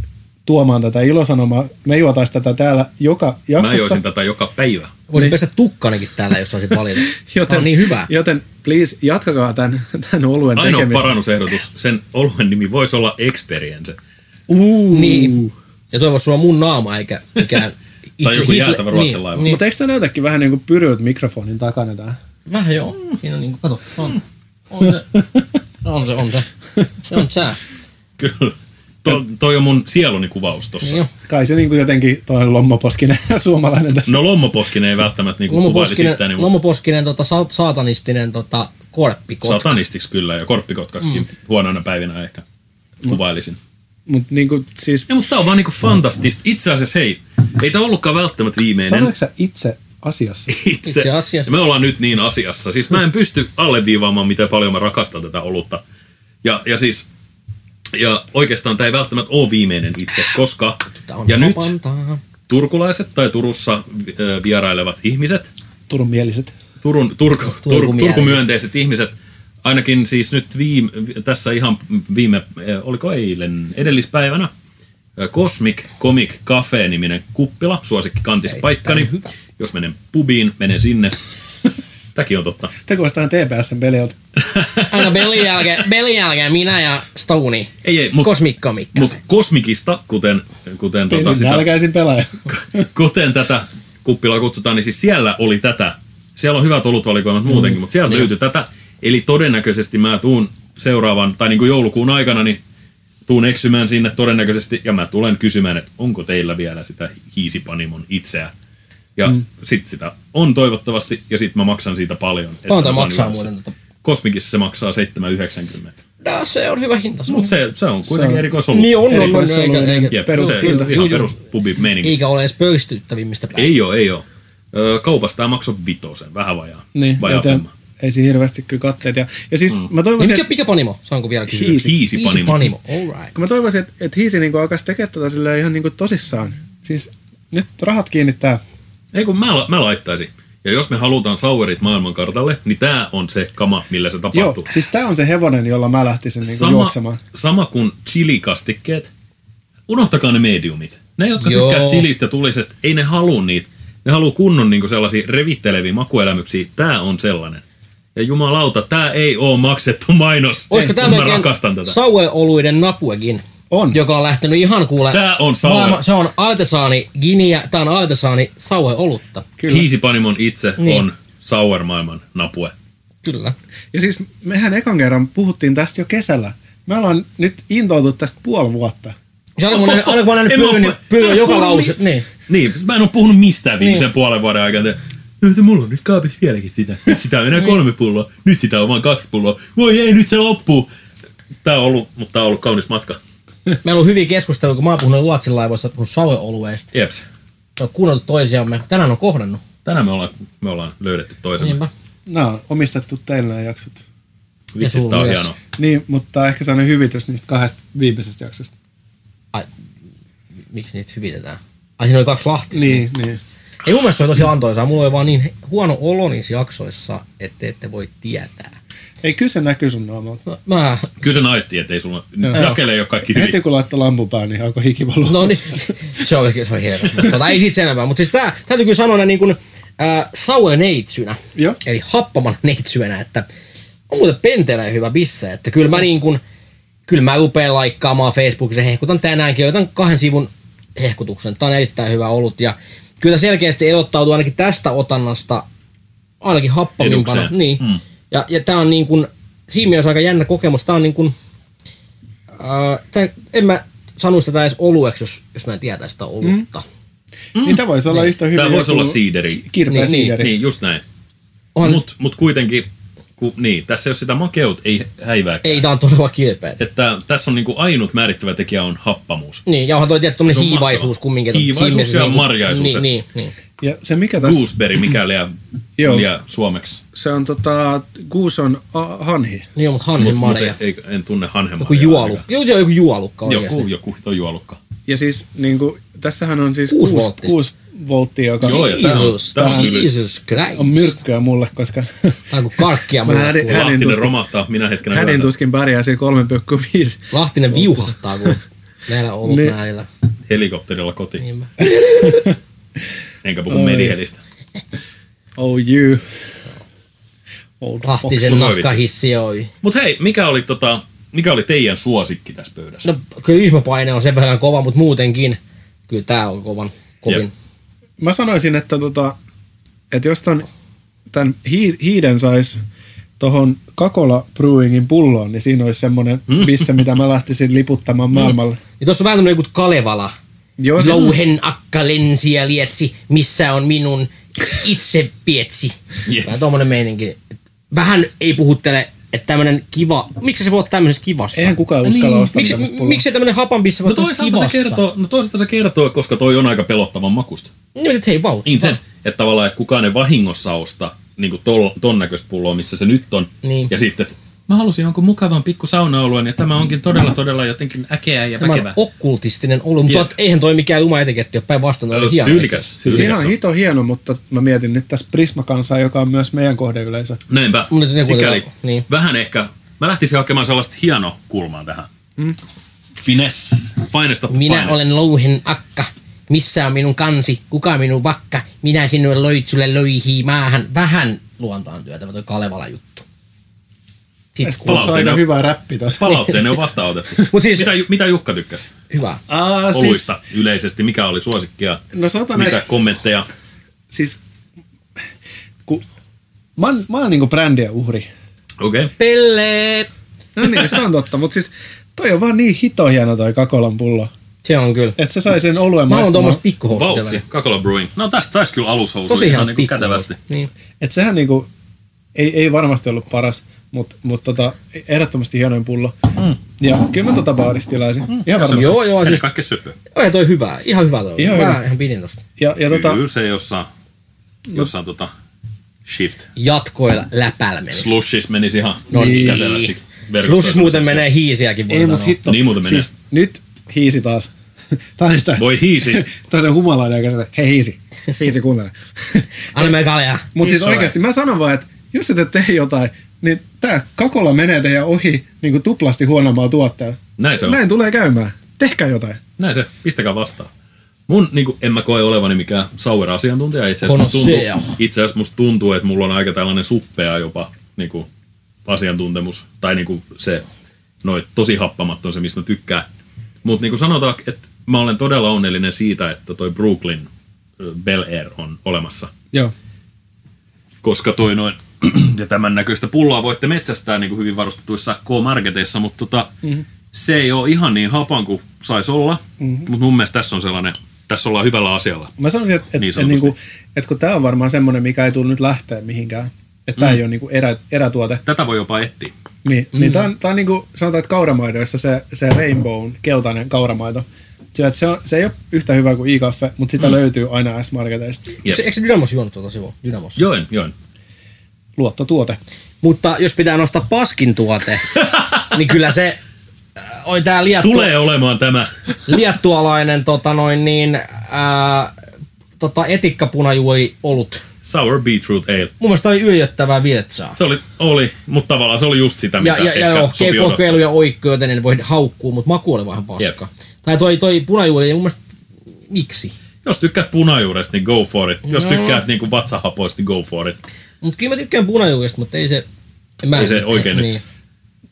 S1: tuomaan tätä ilosanomaa. Me juotais tätä täällä joka
S2: Mä
S1: jaksossa.
S2: joisin tätä joka päivä.
S3: Voisin pestä tukkanakin täällä, jos saisit valita. Tää on niin hyvä.
S1: Joten please jatkakaa tämän, tämän oluen
S2: Ainoa
S1: tekemistä.
S2: parannusehdotus, sen oluen nimi voisi olla Experience.
S1: Uu.
S3: Niin. Ja toivon, että sulla on mun naama eikä mikään...
S2: Tai joku
S3: Hitler-
S2: jäätävä ruotsinlaiva.
S3: Niin,
S1: Mutta eikö tämä näytäkin vähän niin kuin pyryt mikrofonin takana tää?
S3: niin, vähän joo. Siinä on niinku, kato, on, on se, on se, on se. Se on sää.
S2: Kyllä. To, toi on mun sieluni kuvaus tossa.
S3: Niin joo.
S1: Kai se niin kuin jotenkin toi lommoposkinen suomalainen tässä.
S2: No Lommoposkinen ei välttämättä niinku
S3: Lomo
S2: kuvaili
S3: Poskinen,
S2: sitä, niin
S3: Lomo Poskinen tota, sa- saatanistinen tota, korppikotka.
S2: Satanistiksi kyllä ja korppikotkaksikin mm. huonoina päivinä ehkä kuvailisin.
S1: Mutta niin kuin siis,
S2: Ja, mutta tää on vaan niinku fantastista. Itse asiassa hei, ei tää ollutkaan välttämättä viimeinen
S1: sanoitko sä itse asiassa?
S2: itse.
S3: Itse asiassa.
S2: Me ollaan nyt niin asiassa. Siis mä en pysty alleviivaamaan, miten paljon mä rakastan tätä olutta. Ja, ja siis, ja oikeastaan tämä ei välttämättä ole viimeinen itse, koska,
S3: Tää on
S2: ja nyt
S3: hapantaa.
S2: turkulaiset tai Turussa vi- ö, vierailevat ihmiset,
S1: Turun mieliset.
S2: Turun, Turku, Turku,
S3: Turkumieliset.
S2: Turku myönteiset ihmiset, ainakin siis nyt viime, tässä ihan viime, eh, oliko eilen, edellispäivänä, eh, Cosmic Comic Cafe-niminen kuppila, suosikki kantispaikkani. Jos menen pubiin, menen sinne. Tämäkin on totta.
S1: Te kuulostaa TPSn peliltä.
S3: Aina pelin jälkeen, pelin jälkeen minä ja Stoni.
S2: Ei, ei, mut,
S3: Kosmikkomik.
S2: mut kosmikista, kuten, kuten, tota, sitä,
S1: Nälkäisin pelaaja.
S2: kuten tätä kuppilaa kutsutaan, niin siis siellä oli tätä. Siellä on hyvät
S5: Mm.
S2: olutvalikoimat muutenkin, mutta
S5: Niin
S2: sieltä löytyi tätä. Eli todennäköisesti mä tuun seuraavan, tai niin kuin joulukuun aikana, niin tuun eksymään sinne todennäköisesti, ja mä tulen kysymään, että onko teillä vielä sitä hiisipanimon itseä Ja mm. sit sitä on toivottavasti, ja sit mä maksan siitä paljon. että
S5: Paljon tämä
S2: mä saan
S5: maksaa
S2: yhdessä.
S5: muuten. Tota.
S2: Kosmikissa se maksaa 7,90.
S5: No, se on hyvä hinta. se on-
S2: Mutta se, se on kuitenkin erikoisolu.
S5: Niin on, on, on,
S1: Erikoisolu-
S5: eikä, eikä,
S2: Jep,
S1: perus-
S2: se,
S1: hinta.
S2: ihan
S5: Juu, juu.
S2: perus pubi meininki.
S5: eikä ole edes pöystyttävimmistä päästä.
S2: Ei oo, ei oo. Öö, kaupasta tämä maksoi vitosen, vähän vajaa.
S1: Niin,
S2: vajaa
S1: joten
S2: femma.
S1: ei siinä hirveästi kyllä katteet. Ja, ja siis mm. mä
S5: Niin
S1: toivoisin,
S5: mikä,
S1: että,
S5: mikä panimo? Saanko vielä kysyä?
S1: Hiisi.
S2: Hiisipanimo.
S5: Hiisipanimo, all right.
S1: kun mä toivoisin, että, että Hiisi niin alkaisi tekemään tätä silleen ihan niin kuin tosissaan. Siis nyt rahat kiinnittää.
S2: Ei kun mä, la- mä laittaisin. Ja jos me halutaan sauerit maailmankartalle, niin tää on se kama, millä se
S1: Joo,
S2: tapahtuu.
S1: siis tää on se hevonen, jolla mä lähtisin niin kuin
S2: sama,
S1: juoksemaan.
S2: sama kuin chilikastikkeet. Unohtakaa ne mediumit. Ne, jotka Joo.
S5: Joo.
S2: tykkää chilistä tulisesta, ei ne halua niitä. Ne haluu kunnon niin sellaisia revitteleviä makuelämyksiä. Tää on sellainen. Ja jumalauta, tää ei oo maksettu mainos.
S5: Olisiko
S2: Ei,
S5: tämä
S2: kun mä rakastan tätä.
S5: saueoluiden napuekin?
S1: On.
S5: Joka on lähtenyt ihan kuule.
S2: Tää on sour.
S5: se on altesaani giniä, tää on altesaani saueolutta.
S2: Hiisipanimon itse niin.
S5: Niin.
S2: on sauermaailman napue.
S5: Kyllä.
S1: Ja siis mehän ekan kerran puhuttiin tästä jo kesällä. Me ollaan nyt intoutu tästä puoli vuotta.
S5: Se aina kun on aina kun on
S2: En
S5: nähnyt
S2: mä oo
S5: pyy, niin
S2: pu-
S5: pyy
S2: en
S5: on joka
S2: puhunut
S5: lause.
S2: mi-
S5: Niin.
S2: Niin, mä en oo puhunut mistään viimeisen
S5: Niin.
S2: puolen vuoden aikana. Nyt mulla on nyt kaapissa vieläkin sitä. Nyt sitä on enää
S5: Niin.
S2: kolme pulloa. Nyt sitä on vaan kaksi pulloa. Voi ei, nyt se loppuu. Tää on ollut, mutta tää on ollut kaunis matka.
S5: Meillä on hyviä keskusteluja, kun mä oon puhunut Ruotsin laivoista, puhunut saueolueista.
S2: Jeps.
S5: Me on kuunnellut toisiamme. Tänään on kohdannut.
S2: Tänään me ollaan, me ollaan löydetty toisemme.
S5: Niinpä.
S1: Nämä on omistettu teille nämä jaksot.
S5: Ja
S2: Vitsi,
S5: sulla
S2: tää on
S5: myös.
S2: hienoa.
S1: Niin, mutta ehkä sellainen hyvitys niistä kahdesta viimeisestä jaksosta.
S5: Ai, miksi niitä hyvitetään? Ai siinä oli kaksi lahtista.
S1: Niin, niin.
S5: Ei mun mielestä se oli tosi antoisaa. Mulla oli vaan niin huono olo niissä jaksoissa, että ette voi tietää.
S1: Ei, kyllä se näkyy sun naamalta.
S5: No, Mä,
S2: Kyllä se naisti, ettei sulla... Jakele ei oo kaikki hyvin.
S1: Heti kun laittoi lampun päälle, niin alkoi hiki valua.
S5: no niin, se on, se on hieno. Tota, ei siitä sen enempää, mutta siis tää, täytyy kyllä sanoa näin niin kuin äh, saueneitsynä,
S1: Joo.
S5: eli happaman neitsynä, että on muuten pentelä hyvä bisse, että kyllä mä niin kuin, kyllä mä rupean laikkaamaan Facebookissa hehkutan tänäänkin, otan kahden sivun hehkutuksen, tää on erittäin hyvä ollut ja kyllä selkeästi erottautuu ainakin tästä otannasta ainakin happavimpana.
S2: Edukseen.
S5: Niin.
S2: Mm.
S5: Mm. Ja, ja tämä on niin kuin, siinä mielessä aika jännä kokemus. Tämä on niin kuin, ää, tää, en mä sanoisi tätä edes olueksi, jos, jos mä en tietäisi sitä olutta. Mm.
S1: Mm. Niin tämä voisi olla yhtä hyvin.
S2: Tää voisi
S1: joku
S2: olla siideri.
S1: Kirpeä
S5: Niin,
S1: niin,
S5: niin,
S1: siideri. Niin.
S2: Niin, just näin.
S5: On, Mut,
S2: Mut, mut kuitenkin, ku, niin, tässä ei ole sitä makeut, ei häivää.
S5: ei, tää on todella kilpeä.
S2: Että tässä on niinku ainut määrittävä tekijä on happamuus.
S5: Niin, ja onhan toi tietty
S2: Se
S5: tommonen
S2: on
S5: hiivaisuus
S2: mahtava.
S5: kumminkin. että
S2: Hiivaisuus
S5: silloin se
S2: ja
S5: niinku-
S2: marjaisuus,
S5: Niin,
S2: et-
S5: niin, niin.
S1: Ja se mikä tässä,
S2: Gooseberry, mikä liian,
S1: Joo.
S2: liian suomeksi.
S1: se on tota, kuus on a, hanhi.
S5: Niin on, mutta hanhen marja.
S2: ei, en tunne hanhemaa.
S5: Joku juolu. Joo, joo, joku juolukka oikeesti.
S2: Joku, joku hito juolukka.
S1: Ja siis niin kuin, tässähän on siis
S5: Kuusi
S1: kuusi,
S5: volttista.
S1: kuusi volttia, joka
S2: Joo, ja tää on-
S5: Jesus,
S2: tää on-
S5: Jesus Christ.
S1: on myrkkyä mulle, koska
S5: Tää on kuin karkkia mulle.
S1: Mä-
S5: kuule.
S1: Hänen
S2: Lahtinen
S1: tuskin-
S2: romahtaa minä hetkenä
S1: hänen
S2: myötä.
S1: tuskin pärjää siinä 3,5.
S5: Lahtinen viuhahtaa, kun näillä olut
S1: Niin.
S5: näillä.
S2: helikopterilla kotiin.
S5: Niinpä.
S2: Enkä puhu medihelistä.
S1: Oh you. Old fox.
S5: Lahtisen
S2: Sulla oli vitsi.
S5: nahkahissi oi.
S2: Mut hei, mikä oli, tota, mikä oli teidän suosikki tässä pöydässä?
S5: No kyllä yhmäpaine on sen verran kova, mutta muutenkin kyllä tää on kovan,
S2: Jep.
S5: kovin.
S1: Mä sanoisin, että, tota, että jos ton, tämän hii, hiiden sais tohon Kakola Brewingin pulloon, niin siinä olisi semmoinen
S2: Mm.
S1: missä, mitä mä lähtisin liputtamaan maailmalle.
S5: Ja tossa on vähän tämmönen joku Kalevala.
S1: Joo, siis-
S2: No
S5: Louhen akka lensiä lietsi, missä on minun itse pietsi.
S2: Yes.
S5: Vähän tommonen meininki. Vähän ei puhuttele, että tämmönen kiva, miksi se voi olla tämmöisessä kivassa?
S1: Eihän kukaan uskalla ostaa
S5: miksi,
S1: tämmöistä pulloa.
S5: miksi tämmönen hapanbissa voi
S2: No
S5: olla tämmöisessä
S2: toisaalta se
S5: kivassa?
S2: kertoo, no toisaalta se kertoo, koska toi on aika pelottavan makusta.
S5: Niin, mutta et hei vau.
S2: Niin sen, että tavallaan että kukaan ei vahingossa osta niin tol, ton näköistä pulloa, missä se nyt on.
S5: Niin.
S2: Ja sitten, että mä halusin jonkun mukavan pikku saunaolueen ja tämä onkin todella todella jotenkin äkeä ja
S5: Tämä on
S2: väkevä.
S5: okkultistinen ollut, mutta
S2: Jep.
S5: yeah. eihän toi mikään jumaetiketty ole päinvastoin, toi oli hieno. itse asiassa.
S1: Siis
S2: Tyylikäs. tyylikäs
S1: ihan
S2: on.
S1: hito hieno, mutta mä mietin nyt tässä Prisma-kansaa, joka on myös meidän kohdeyleisö.
S2: Näinpä.
S5: Mun täytyy joku
S2: Sikäli
S5: otella- niin.
S2: vähän ehkä, mä lähtisin hakemaan sellaista hienoa kulmaa tähän. Finesse. Finest of
S5: Minä
S2: finest.
S5: olen louhen akka. Missä on minun kansi? Kuka minun vakka? Minä sinun loitsulle loihii maahan. Vähän luontaan työtävä toi Kalevala juttu. Sitten
S1: Tässä on aika
S2: Palautteena-
S1: hyvä räppi tässä.
S2: Palautteen on vastaanotettu.
S5: Mut siis-
S2: mitä, Ju- mitä Jukka tykkäsi?
S5: hyvä.
S1: Aa, siis,
S2: Oluista yleisesti, mikä oli suosikkia?
S1: no sanotaan
S2: Mitä
S1: näin,
S2: kommentteja?
S1: siis ku, mä oon, mä oon niinku brändien uhri.
S2: Okei. Okay.
S5: Pelle!
S1: No niin, se on totta, mutta siis toi on vaan niin hito hieno toi Kakolan pullo.
S3: Se on kyllä.
S1: Että se sai sen oluen
S3: Mä oon
S1: maistumaan.
S3: tuommoista pikkuhousut.
S2: Vautsi, Kakola Brewing. No tästä saisi kyllä alushousuja
S3: Tosi
S2: ihan
S3: ihan
S2: niin kuin kätevästi.
S3: Niin.
S1: Että sehän niinku, ei, ei varmasti ollut paras, mutta mut tota, ehdottomasti hienoin pullo. Mm. Ja kyllä mä tota baarista tilaisin. Mm. Ihan varmasti.
S3: Joo, joo,
S2: Ennen
S3: siis
S2: kaikkea söpö.
S3: Oi, toi hyvää. Ihan hyvä toi.
S1: Ihan
S3: Ihan Mä
S1: hyvä.
S3: ihan pidin tosta.
S1: Ja, ja tota,
S2: Kyllä se jossain, jossain tota shift
S3: Jatkoilla läpällä meni.
S2: slushis menisi ihan
S3: No niin.
S2: kätevästi.
S3: Plus muuten menee hiisiäkin voi
S1: ei mut
S3: sanoa.
S1: hitto.
S2: Niin muuten menee.
S1: siis, nyt hiisi taas. Tää on sitä,
S2: Voi hiisi.
S1: tää on se humalainen, joka sanoo, että hei hiisi, hiisi kuuntele.
S3: Anna meidän kaljaa.
S1: Mutta siis
S2: It's alright.
S1: oikeasti mä sanon vaan, että jos ette tee jotain, niin tää kakola menee teidän ohi niin kuin tuplasti huonommalla tuotteella.
S2: Näin se on.
S1: Näin tulee käymään. Tehkää jotain.
S2: Näin se, pistäkää vastaan. Mun, niin kuin, en mä koe olevani mikään sauer-asiantuntija. Itse asiassa,
S3: Ono
S2: musta tuntuu,
S3: se on.
S2: itse asiassa musta tuntuu, että mulla on aika tällainen suppea jopa niin kuin, asiantuntemus. Tai niin kuin, se, noi tosi happamat on se, mistä mä tykkään. Mutta niin kuin sanotaan, että mä olen todella onnellinen siitä, että toi Brooklyn ö, Bel Air on olemassa.
S1: Joo.
S2: Koska toi noin, ja tämän näköistä pulloa voitte metsästää niin kuin hyvin varustetuissa K-marketeissa, mutta tota,
S3: Mhm.
S2: mm-hmm. se ei ole ihan niin hapan kuin saisi olla.
S3: Mhm.
S2: Mm-hmm. Mutta mun mielestä tässä on sellainen, tässä ollaan hyvällä asialla.
S1: Mä sanoisin, että et,
S2: Niin
S1: niin et,
S2: sanotusti.
S1: niinku, et kun tämä on varmaan semmoinen, mikä ei tule nyt lähteä mihinkään, että tämä mm. ei ole niinku erä, erätuote,
S2: Tätä voi jopa etsiä.
S1: niin, mm. niin tämä on, tää on niinku, sanotaan, että kauramaidoissa se, se Rainbown, keltainen kauramaito, Sillä, että se, on, se ei ole yhtä hyvä kuin i-kaffe, mutta sitä mm. löytyy aina S-marketeista.
S2: Yes.
S3: Eikö, eikö se Dynamos juonut tuota sivua? Dynamos.
S2: Joen, joen.
S1: Luottotuote.
S3: Mutta jos pitää nostaa paskin tuote, niin kyllä se äh, oi tää liattu,
S2: Tulee olemaan tämä.
S3: liattualainen tota noin niin, ää, tota etikkapunajuoi olut.
S2: Sour Beetroot Ale.
S3: Mun mielestä tää oli yöjöttävää vietsaa.
S2: Se oli, oli mutta tavallaan se oli just sitä, mitä
S3: Ja, ja, ja
S2: ehkä
S3: joo,
S2: sopi odottaa.
S3: kokeilu ja oikko, joten en voi haukkua, mutta maku oli vähän paska. Tai toi, toi punajuuri, mun mielestä, miksi?
S2: Jos tykkäät punajuuresta, niin go for it.
S3: No.
S2: Jos tykkäät niinku vatsahapoista, niin go for it.
S3: Mut kyllä mä tykkään punajuurista, mutta ei se... en Mä niin.
S2: Ei se oikein nyt. No niin.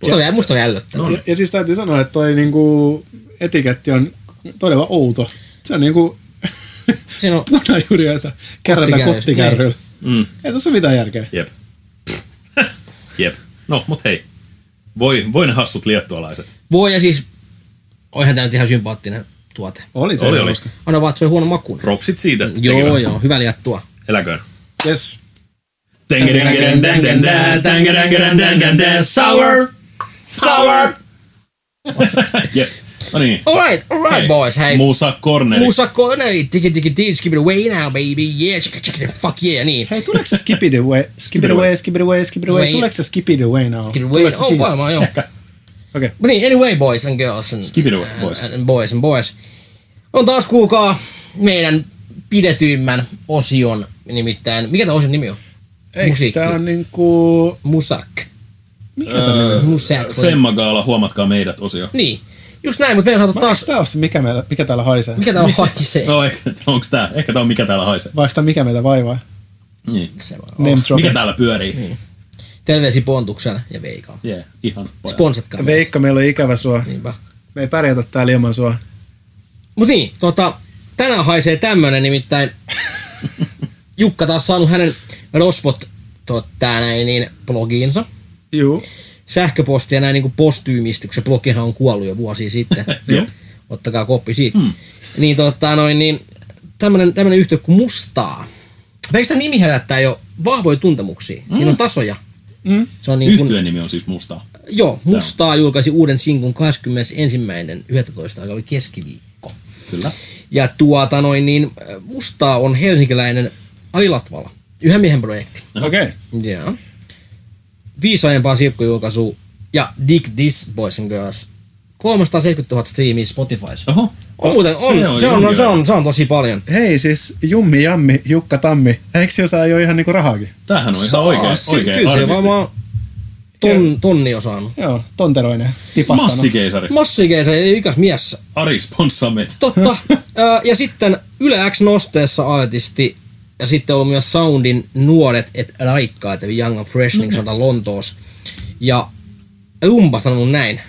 S3: Musta on, musta on ällöttävää.
S1: Ja, ja siis täytyy sanoa, että toi niinku, etiketti on todella outo. Se on niinku
S3: Siinä on
S1: punajuuri, joita kärrätään
S3: Kottikärryssä,
S1: kottikärryillä.
S2: Mm.
S1: Ei tässä ole mitään järkeä.
S2: Jep. Jep. No, mut hei. Voi, voi ne hassut liettualaiset.
S3: Voi ja siis, oihan tää nyt ihan sympaattinen tuote.
S1: Oli se.
S2: Oli, oli.
S3: Anna vaan, että se oli huono makuinen.
S2: Propsit siitä. että
S3: Joo,
S2: tekivät.
S3: joo, hyvä liattua.
S2: Eläköön.
S1: Yes.
S2: Sour! Sour! Jep. No niin.
S3: Alright, alright
S2: Hei.
S3: boys, hei.
S2: Muusa Corneri.
S3: Musa Konei, tiki tiki tiki, skip it away now baby, yeah, check it, check it, fuck yeah, niin.
S1: Hei, tuleeko se skip it away, skip it away, skip it away, skip it away,
S3: Way.
S1: tuleeko se skip it away now?
S3: Skip it away, oh varmaan joo.
S1: Okei.
S3: But niin, anyway boys and girls and,
S2: Skip it away, boys.
S3: and, and boys and boys. On taas kuulkaa meidän pidetyimmän osion, nimittäin, mikä tämä osion nimi on?
S1: Eikö
S3: Musiikki.
S1: tää on niinku...
S3: Musak.
S1: Mikä tää on?
S3: Musak.
S2: Femmagaala, huomatkaa meidät osio.
S3: Niin, just näin, mutta meidän on saatu
S1: Taas
S3: taas...
S1: tää on se, mikä, meillä, mikä täällä haisee?
S3: Mikä tämä on haisee?
S2: No ehkä, onks tää? Ehkä tää on Mikä täällä haisee.
S1: Vai onks tää mikä meitä vaivaa?
S2: Niin.
S3: Se voi olla.
S1: Oh. Name drop.
S2: Mikä täällä pyörii?
S3: Terveisiä Pontuksena ja Veikaan.
S2: Jee, ihan pojat.
S3: Sponsatkaa. meitä.
S1: Veikka, meillä on ikävä sua.
S3: Niinpä.
S1: Me ei pärjätä täällä ilman sua.
S3: Mut niin, tota, tänään haisee tämmönen nimittäin. Jukka taas saanut hänen rosvot tota, näin, niin, blogiinsa.
S1: Juu.
S3: Sähköpostia näin niin kuin postyymisti, kun se blogihan on kuollut jo vuosia sitten.
S2: Joo.
S3: Ottakaa koppi siitä. Hmm. Niin tota noin, niin tämmönen, tämmönen yhtiö kuin Mustaa. Eikö tämä nimi herättää jo vahvoja tuntemuksia? Siinä on tasoja.
S1: Mm.
S3: Se on niin kuin,
S2: Yhtyeen nimi on siis Mustaa.
S3: Joo, Mustaa julkaisi uuden sinkun 21.11. joka oli keskiviikko.
S2: Kyllä.
S3: Ja tuota noin, niin äh, Mustaa on helsinkiläinen Ari Latvala. Yhden miehen projekti.
S1: Okei. Okay.
S3: Joo. Viisi aiempaa silkkujulkaisua ja Dig This Boys and Girls. 370 000 striimiä Spotifyssa.
S2: Oho.
S3: On, muuten, on, se, on, se, on, se, on, se on tosi paljon.
S1: Hei siis Jummi Jammi, Jukka Tammi. Eikö se osaa jo ihan niinku rahaakin?
S2: Tämähän on ihan oikein,
S3: Se-
S2: oikein
S3: Kyllä se
S2: artisti.
S3: varmaan ton, tonni on saanut.
S1: Joo, tonteroinen. Tipahtanut.
S2: Massikeisari.
S3: Massikeisen ja ikäs mies.
S2: Ari sponssaa meitä.
S3: Totta. Ö, ja sitten Yle X nosteessa artisti ja sitten on myös Soundin nuoret et raikkaat, eli Young and Fresh, niin kuin sanotaan Lontoossa. Ja Rumba sanonut näin,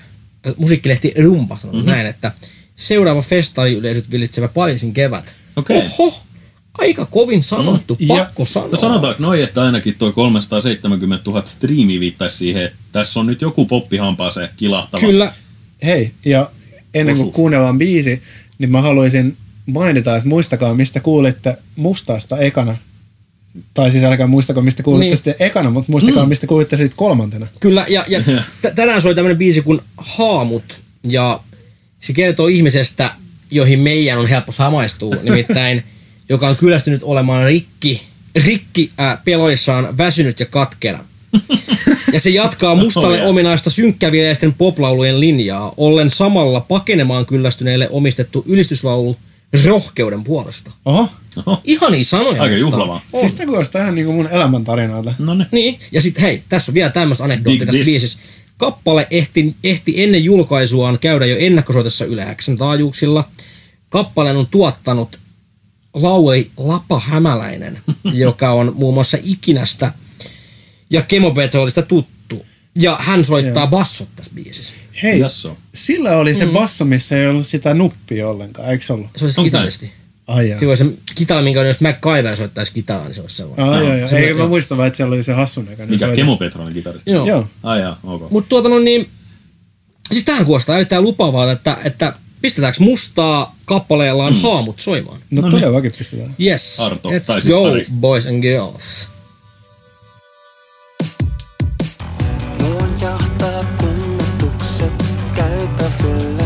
S3: musiikkilehti Rumba sanonut mm-hmm. näin, että seuraava festariyleisöt villitsevä Pariisin kevät.
S2: Okei.
S3: Oho, aika kovin sanottu,
S1: Mm,
S3: mm.
S1: ja-
S3: pakko sanoa.
S2: No sanotaanko noin, että ainakin tuo 370 000 striimi viittaisi siihen, että tässä on nyt joku poppihampaaseen kilahtava.
S3: Kyllä,
S1: Hei, ja ennen kuin
S2: Osuus.
S1: kuunnellaan biisi, niin mä haluaisin mainita, että muistakaa, mistä kuulitte mustasta ekana. Tai siis älkää muistako, mistä kuulitte niin.
S3: Niin.
S1: sitten ekana, mutta muistakaa, mm. mistä kuulitte sitten kolmantena.
S3: Kyllä, ja, ja t- tänään soi tämmöinen biisi kuin Haamut, ja se kertoo ihmisestä, joihin meidän on helppo samaistua, nimittäin, joka on kyllästynyt olemaan rikki, rikki äh, peloissaan, väsynyt ja katkera. Ja se jatkaa mustalle
S2: Oh, yeah.
S3: ominaista synkkäviäisten poplaulujen linjaa, ollen samalla pakenemaan kyllästyneille omistettu ylistyslaulu rohkeuden puolesta.
S1: Oho.
S3: Ihan sanoja.
S2: Aika
S3: musta.
S2: juhlavaa.
S3: On.
S1: Siis tämä kuulostaa ihan niin kuin mun elämäntarinalta.
S2: No niin.
S3: Niin, ja sitten hei, tässä on vielä tämmöistä anekdoottia
S2: Dig
S3: tässä
S2: this.
S3: biisissä. Kappale ehti, ehti ennen julkaisuaan käydä jo ennakkosoitossa Yle Xn taajuuksilla. Kappaleen on tuottanut Lauri Lapa Hämäläinen, joka on muun muassa Ikinästä ja Kemopetrolista tuttu. Ja hän soittaa bassot tässä biisissä.
S1: Hei,
S2: Jasso.
S1: sillä oli se basso, missä ei ollut sitä nuppia ollenkaan, eikö se ollut?
S3: Se olisi
S2: Onko
S3: kitaristi.
S1: Ai jaa.
S3: Se olisi se kitara, minkä on, jos MacGyver soittaisi kitaraa, niin se olisi
S2: Ah.
S3: sellainen.
S1: Ai jaa, jaa.
S3: Se-
S1: Ei, mä muistan vaan, että siellä oli se hassun näköinen.
S2: Mikä
S1: soitin.
S2: Kemo Petronin kitaristi?
S3: Joo.
S1: Joo. no
S2: Ai jaa, ok.
S3: Mutta tuota no niin, siis tähän kuulostaa erittäin lupaavaa, että, että pistetäänkö mustaa kappaleellaan mm. haamut soimaan.
S1: No, no todellakin pistetään.
S3: Yes,
S2: Arto,
S3: let's
S2: tai siis
S3: go
S2: Ari.
S3: boys and girls.
S8: Luonjahtaa kummutukset käytävillä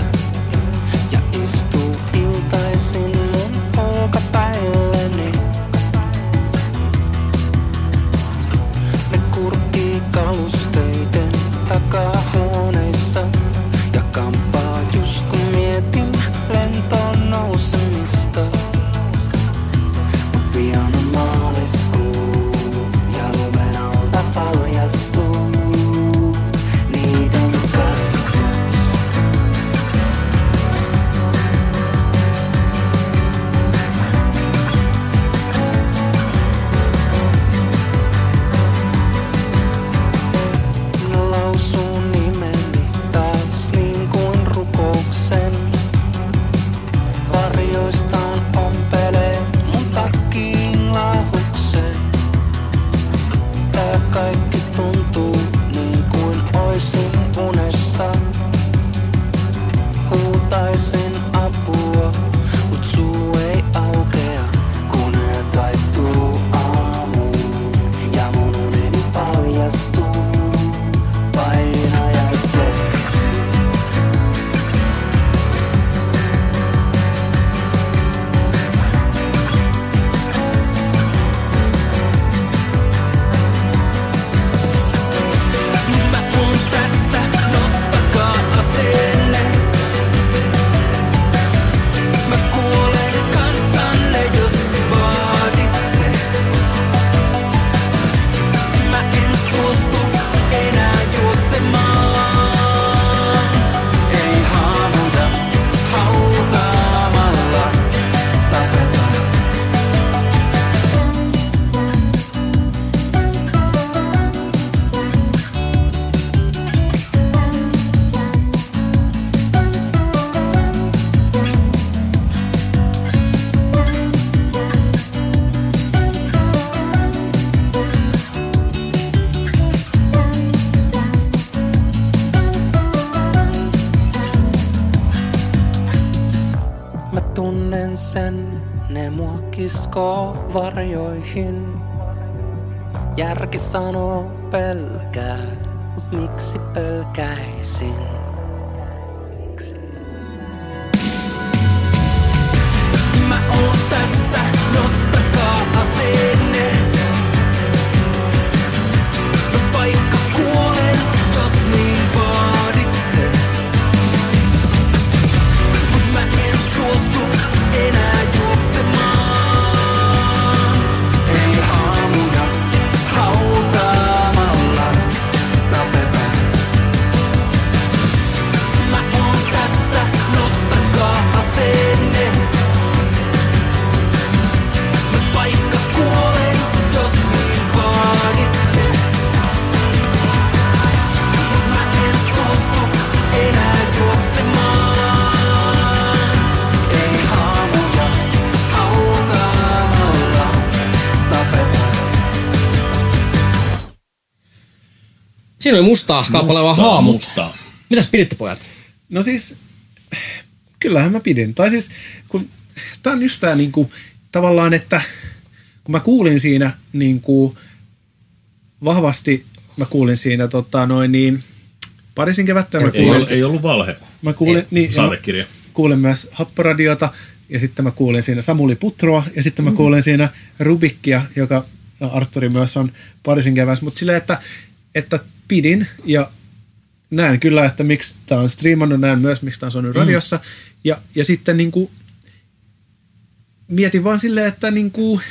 S8: ja istuu iltaisin mun olkapäilläni. Ne kurkkii kalusteiden takahuoneissa ja kampaa just kun mietin lentoon nousemista. Mut pian on maaliskuu ja lumen alta paljastuu niiden kasvu. Lausuu nimeni taas niin kuin rukouksen. Varjoistaan ompelee mun takkiin lahuksen. Tää kaikki tuntuu niin kuin oisin unessa. Huutaisin apua, mut suu ei aukea. Kun yö taittuu aamuun ja mun uneni paljastuu. Painajaiseksi. Mä kun tässä, nostakaa aseenne. Mä kuulen kanssanne, jos vaaditte. Mä en suostu enää juoksemaan. Ei haamuta hautaamalla tapeta. Mä tunnen sen, ne mua kiskoo varjoihin. Järki sanoo pelkää, mut miksi pelkäisin? Mä oon tässä, nostakaa aseenne. Mä vaikka kuolen, jos niin vaaditte. Mut mä en suostu enää juoksemaan. Ei haamuja hautaamalla tapeta. Mä oon tässä, nostakaa aseenne. Mä vaikka kuolen, jos niin vaaditte. Mut mä en suostu enää juoksemaan. Ei haamuja hautaamalla tapeta.
S3: Siinä oli mustaa kappale vaan haamut.
S2: Mustaa.
S3: Mitäs piditte pojat?
S1: No siis, kyllähän mä pidin. Tai siis, kun tää on just tää niinku, tavallaan, että kun mä kuulin siinä niinku, vahvasti, mä kuulin siinä tota noin niin, parisin kevättä mä
S2: Ei,
S1: kuulin,
S2: ollut, ei ollut valhe.
S1: mä kuulin, niin,
S2: Saatekirja.
S1: kuulin myös Happoradiota ja sitten mä kuulin siinä Samuli Putroa ja sitten mä kuulin siinä Rubikkia, joka no, Arturi myös on parisin keväs, mutta silleen, että, että pidin ja näen kyllä, että miksi tämä on striimannut, näen myös, miksi tämä on soinut radiossa ja, ja sitten niin kuin, mietin vaan silleen, että niin kuin,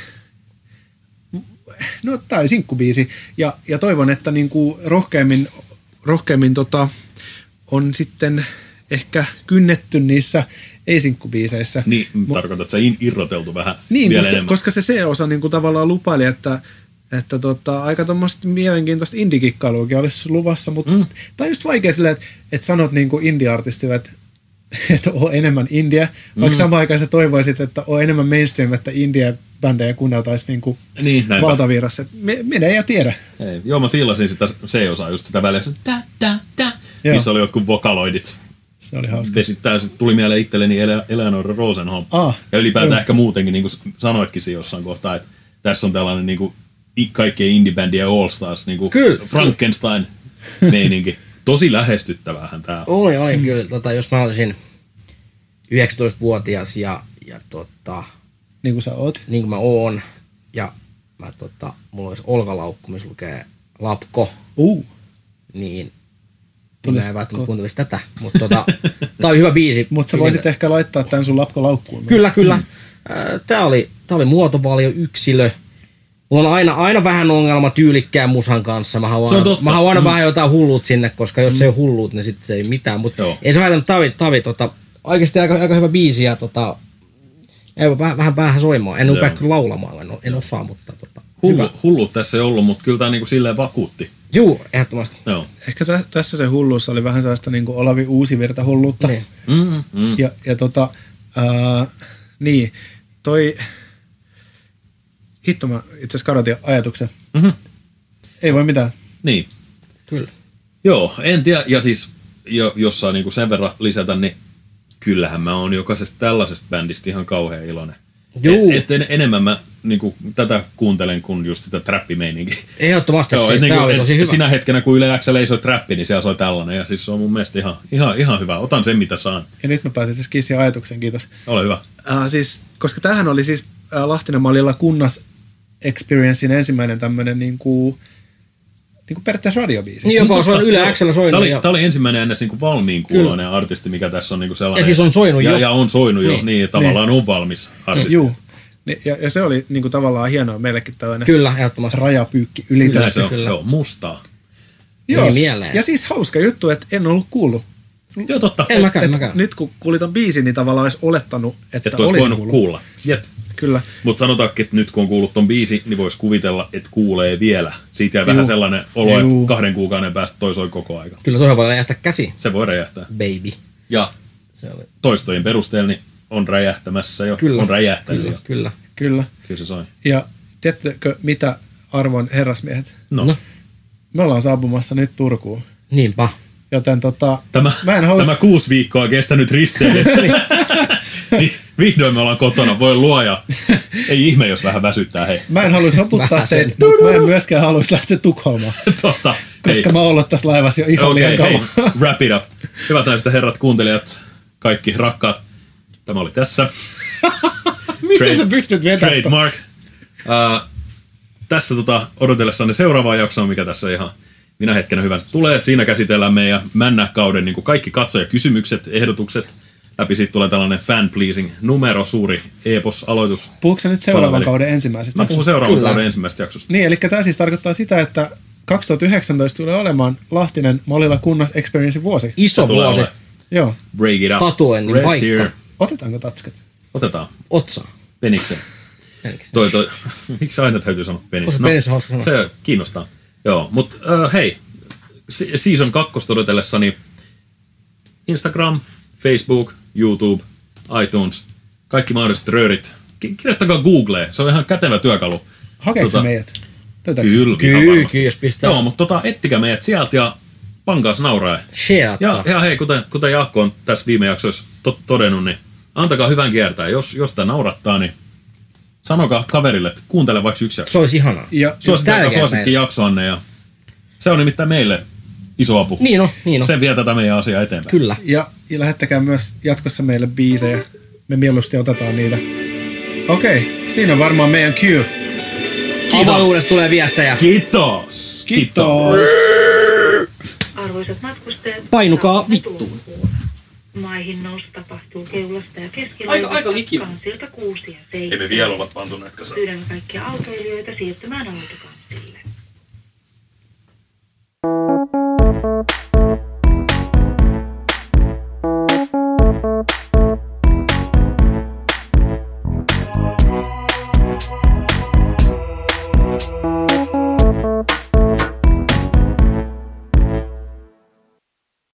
S1: no tämä on sinkkubiisi ja, ja toivon, että niin kuin rohkeammin, rohkeammin tota, on sitten ehkä kynnetty niissä ei-sinkkubiiseissä.
S2: Niin, tarkoitat, sä in- irroteltu vähän
S1: Niin,
S2: vielä
S1: koska,
S2: enemmän.
S1: koska, se C-osa niin kuin tavallaan lupaili, että, että tota, aika tuommoista mielenkiintoista indikikkailuakin olisi luvassa, mutta mm. tämä on just vaikea silleen, että, että sanot niin kuin indie-artistille, että että oo enemmän India, vaikka mm. samaan aikaan sä toivoisit, että oo enemmän mainstream, että India-bändejä kuunneltaisiin niinku
S2: Niin, näinpä.
S1: valtavirrassa. Et Me, minä ei tiedä.
S2: Ei, joo, mä fiilasin sitä C-osaa just sitä väliä, se tä, tä, tä,
S1: Joo.
S2: missä oli jotkut vokaloidit.
S1: Se oli hauska.
S2: Vesittää, se tuli mieleen itselleni Ele- Eleanor Rosenholm.
S1: Ah,
S2: ja ylipäätään
S1: joo.
S2: ehkä muutenkin, niin kuin sanoitkin siinä jossain kohtaa, että tässä on tällainen niin kuin, i- kaikkien indie-bändien All Stars, niin kuin
S3: Kyllä.
S2: Frankenstein-meininki. Tosi lähestyttävähän tää on.
S3: Oli, oli kyllä. Tota, jos mä olisin 19-vuotias ja, ja tota,
S1: Niin kuin sä oot.
S3: niin kuin mä oon, ja mä, tota, mulla olisi olkalaukku, missä lukee lapko,
S1: Uh.
S3: niin niin
S1: Tulis
S3: mä en
S1: ko-
S3: välttämättä kuuntelisi tätä, mutta tota, tää oli hyvä biisi.
S1: Mutta sä
S3: Niin,
S1: voisit ehkä laittaa tämän sun lapkolaukkuun. myös.
S3: Kyllä,
S2: Mm.
S3: kyllä. Äh, Tää oli, tää oli muotovalio yksilö. Mulla on aina, aina vähän ongelma tyylikkään musan kanssa. Mä haluan,
S2: Se on totta.
S3: Mä haluan aina
S2: Mm.
S3: vähän jotain hullut sinne, koska jos ei ole hullut, niin sitten se ei mitään. Mutta
S2: Joo.
S3: ei se haitannut Tavi, Tavi tota, oikeasti aika, aika hyvä biisi ja tota, ei, vähän, vähän päähän soimaan. En rupea
S2: Joo.
S3: kyllä laulamaan, en, o- en osaa, mutta tota,
S2: Hullu,
S3: hyvä.
S2: hullut tässä ei ollut, mutta kyllä tää niin kuin silleen vakuutti.
S3: Juu, ehdottomasti.
S2: Joo.
S1: Ehkä tä- tässä se hulluus oli vähän sellaista niin kuin Olavi Uusivirta hulluutta.
S3: Niin.
S2: Mm, mm.
S1: Ja, ja tota, ää, niin, toi, hitto mä itse asiassa kadotin ajatuksen.
S2: Mhm.
S1: Ei voi mitään.
S2: Niin.
S3: Kyllä.
S2: Joo, en tiedä. Ja siis, jo, jos saa niinku sen verran lisätä, niin kyllähän mä oon jokaisesta tällaisesta bändistä ihan kauhean iloinen.
S3: Juu.
S2: Et, et en, enemmän mä niinku, tätä kuuntelen kuin just sitä trappimeininkiä.
S3: Ehdottomasti,
S2: Joo,
S3: siis
S2: et
S3: tää
S2: niinku,
S3: oli
S2: et
S3: tosi hyvä.
S2: Sinä hetkenä, kun Yle XL ei soi trappi, niin siellä soi tällainen. Ja siis se on mun mielestä ihan, ihan, ihan hyvä. Otan sen, mitä saan.
S1: Ja nyt mä pääsin siis kissin ajatuksen, kiitos.
S2: Ole hyvä.
S1: Ää, siis, koska tämähän oli siis ää, Lahtinamallilla kunnas Experiencein ensimmäinen tämmöinen niin kuin, niin kuin periaatteessa radiobiisi.
S3: Niin jopa soin
S2: Totta,
S3: Yle
S2: joo.
S3: Xllä
S2: Tää
S3: soinut.
S2: oli,
S3: ja-
S2: tää oli ensimmäinen ns. Niinku valmiin kuuloinen artisti, mikä tässä on niinku sellainen.
S3: Ja siis on soinut
S2: ja,
S3: jo.
S2: Ja on soinut jo, niin,
S3: Niin.
S2: niin ja tavallaan on valmis artisti.
S1: Juu. Ni- Ja, ja se oli niin kuin, tavallaan hienoa meillekin tällainen
S3: Kyllä, ehdottomasti.
S1: rajapyykki ylitä.
S2: Näin se on.
S3: Kyllä.
S2: Joo, mustaa.
S3: Tuli mieleen.
S1: Ja siis hauska juttu, että en ollut kuullut.
S2: Joo, totta.
S3: En mäkään, en
S1: Et
S3: mäkään.
S1: nyt kun kuulin ton biisin, niin tavallaan olisi olettanut, että,
S2: Että olisi
S1: olisi
S2: voinut
S1: kuullut.
S2: kuulla. Jep.
S1: Kyllä.
S2: Mutta sanotaankin, että nyt kun on kuullut ton biisi, niin voisi kuvitella, että kuulee vielä. Siitä jää vähän sellainen olo,
S1: Juu.
S2: että kahden kuukauden päästä toi soi koko aika.
S3: Kyllä tohon voi jättää käsi,
S2: Se voi räjähtää.
S3: baby.
S2: Ja
S3: Se oli.
S2: toistojen perusteella niin on räjähtämässä jo.
S3: Kyllä.
S2: On räjähtänyt
S3: Kyllä,
S2: jo.
S3: kyllä.
S1: Kyllä.
S2: Kyllä se soi.
S1: Ja tiedättekö, mitä arvon herrasmiehet?
S2: No.
S3: No.
S1: Me ollaan saapumassa nyt Turkuun.
S3: Niinpä.
S1: Joten tota,
S2: Tämä,
S1: mä en halua...
S2: tämä kuusi viikkoa kestänyt risteily. Niin, Vihdoin me ollaan kotona, voi luoja. Ei ihme, jos vähän väsyttää, hei.
S1: Mä en haluaisi hoputtaa
S3: Vähäsen.
S1: teitä, mutta mä en myöskään haluaisi lähteä Tukholmaan,
S2: Totta. hei.
S1: koska mä oon ollut tässä laivassa jo ihan
S2: Okei,
S1: liian
S2: hei,
S1: kauan.
S2: wrap it up. Hyvät naiset ja herrat, kuuntelijat, kaikki rakkaat. Tämä oli tässä.
S1: Miten sä pystyt vetämään? ton?
S2: Trademark. Uh, tässä tota, odotellessanne seuraavaa jaksoa, mikä tässä ihan minä hetkenä hyvänsä tulee. Siinä käsitellään meidän männäkauden niin kaikki katsojakysymykset, ehdotukset. Läpi siitä tulee tällainen fan-pleasing-numero, suuri epos-aloitus.
S1: Puhuuko sä nyt seuraavan
S2: Palaveri.
S1: kauden ensimmäisestä?
S2: Mä puhun seuraavan
S3: Kyllä.
S2: kauden ensimmäisestä jaksosta.
S1: Niin, eli tämä siis tarkoittaa sitä, että 2019 tulee olemaan Lahtinen Malilla kunnas Experiencein vuosi.
S3: Iso
S2: Tulee
S3: vuosi.
S2: olemaan
S1: Joo.
S2: Break it up.
S3: Tatuoinnin
S2: Red's
S3: paikka.
S2: here.
S1: Otetaanko tatskat?
S2: Otetaan.
S3: Otsa.
S2: Peniksen.
S3: Peniksen.
S2: Toi, toi. Miksi aina täytyy sanoa penis?
S3: Koska penis on hauska sanoa.
S2: Se kiinnostaa. Joo, mutta uh, hei, se- season 2 todetellessa, niin Instagram, Facebook, YouTube, iTunes, kaikki mahdolliset röörit. Ki- kirjoittakaa Googleen, se on ihan kätevä työkalu.
S1: Hakeeko tota, meidät? Löytääkö se?
S2: Kyllä, ihan
S3: Kyllä,
S2: varmasti.
S3: kyllä, jos pistää.
S2: Joo, mutta tota, ettikää meidät sieltä ja pankaas nauraa. Ja,
S5: Sheatka.
S2: ja hei, kuten, kuten Jaakko on tässä viime jaksoissa to- todennut, niin antakaa hyvän kiertää. Jos, jos tämä naurattaa, niin sanokaa kaverille, että kuuntele vaikka yksi jakso.
S5: Se olisi ihanaa.
S1: Ja
S2: Suosittakaa
S5: tärkeä
S2: suosikki
S5: Niin, meille.
S2: jaksoanne ja se on nimittäin meille iso apu.
S5: Niin on, niin on.
S2: Se vie tätä meidän asiaa eteenpäin.
S5: Kyllä.
S1: Ja, ja lähettäkää myös jatkossa meille biisejä. Me mieluusti otetaan niitä. Okei, siinä on varmaan meidän cue.
S5: Avaruudesta tulee viestejä.
S2: Kiitos!
S1: Kiitos!
S7: Arvoisat matkustajat,
S5: Painukaa
S7: saapumme
S5: vittuun.
S7: Turkuun. Maihin nousu tapahtuu keulasta ja keskellä.
S9: Aika- aika liki.
S7: Kansilta kuusi ja seitsemän.
S10: Ei me vielä olla pantu näitä kasaan.
S7: Pyydämme kaikkia autoilijoita siirtymään autokantaan.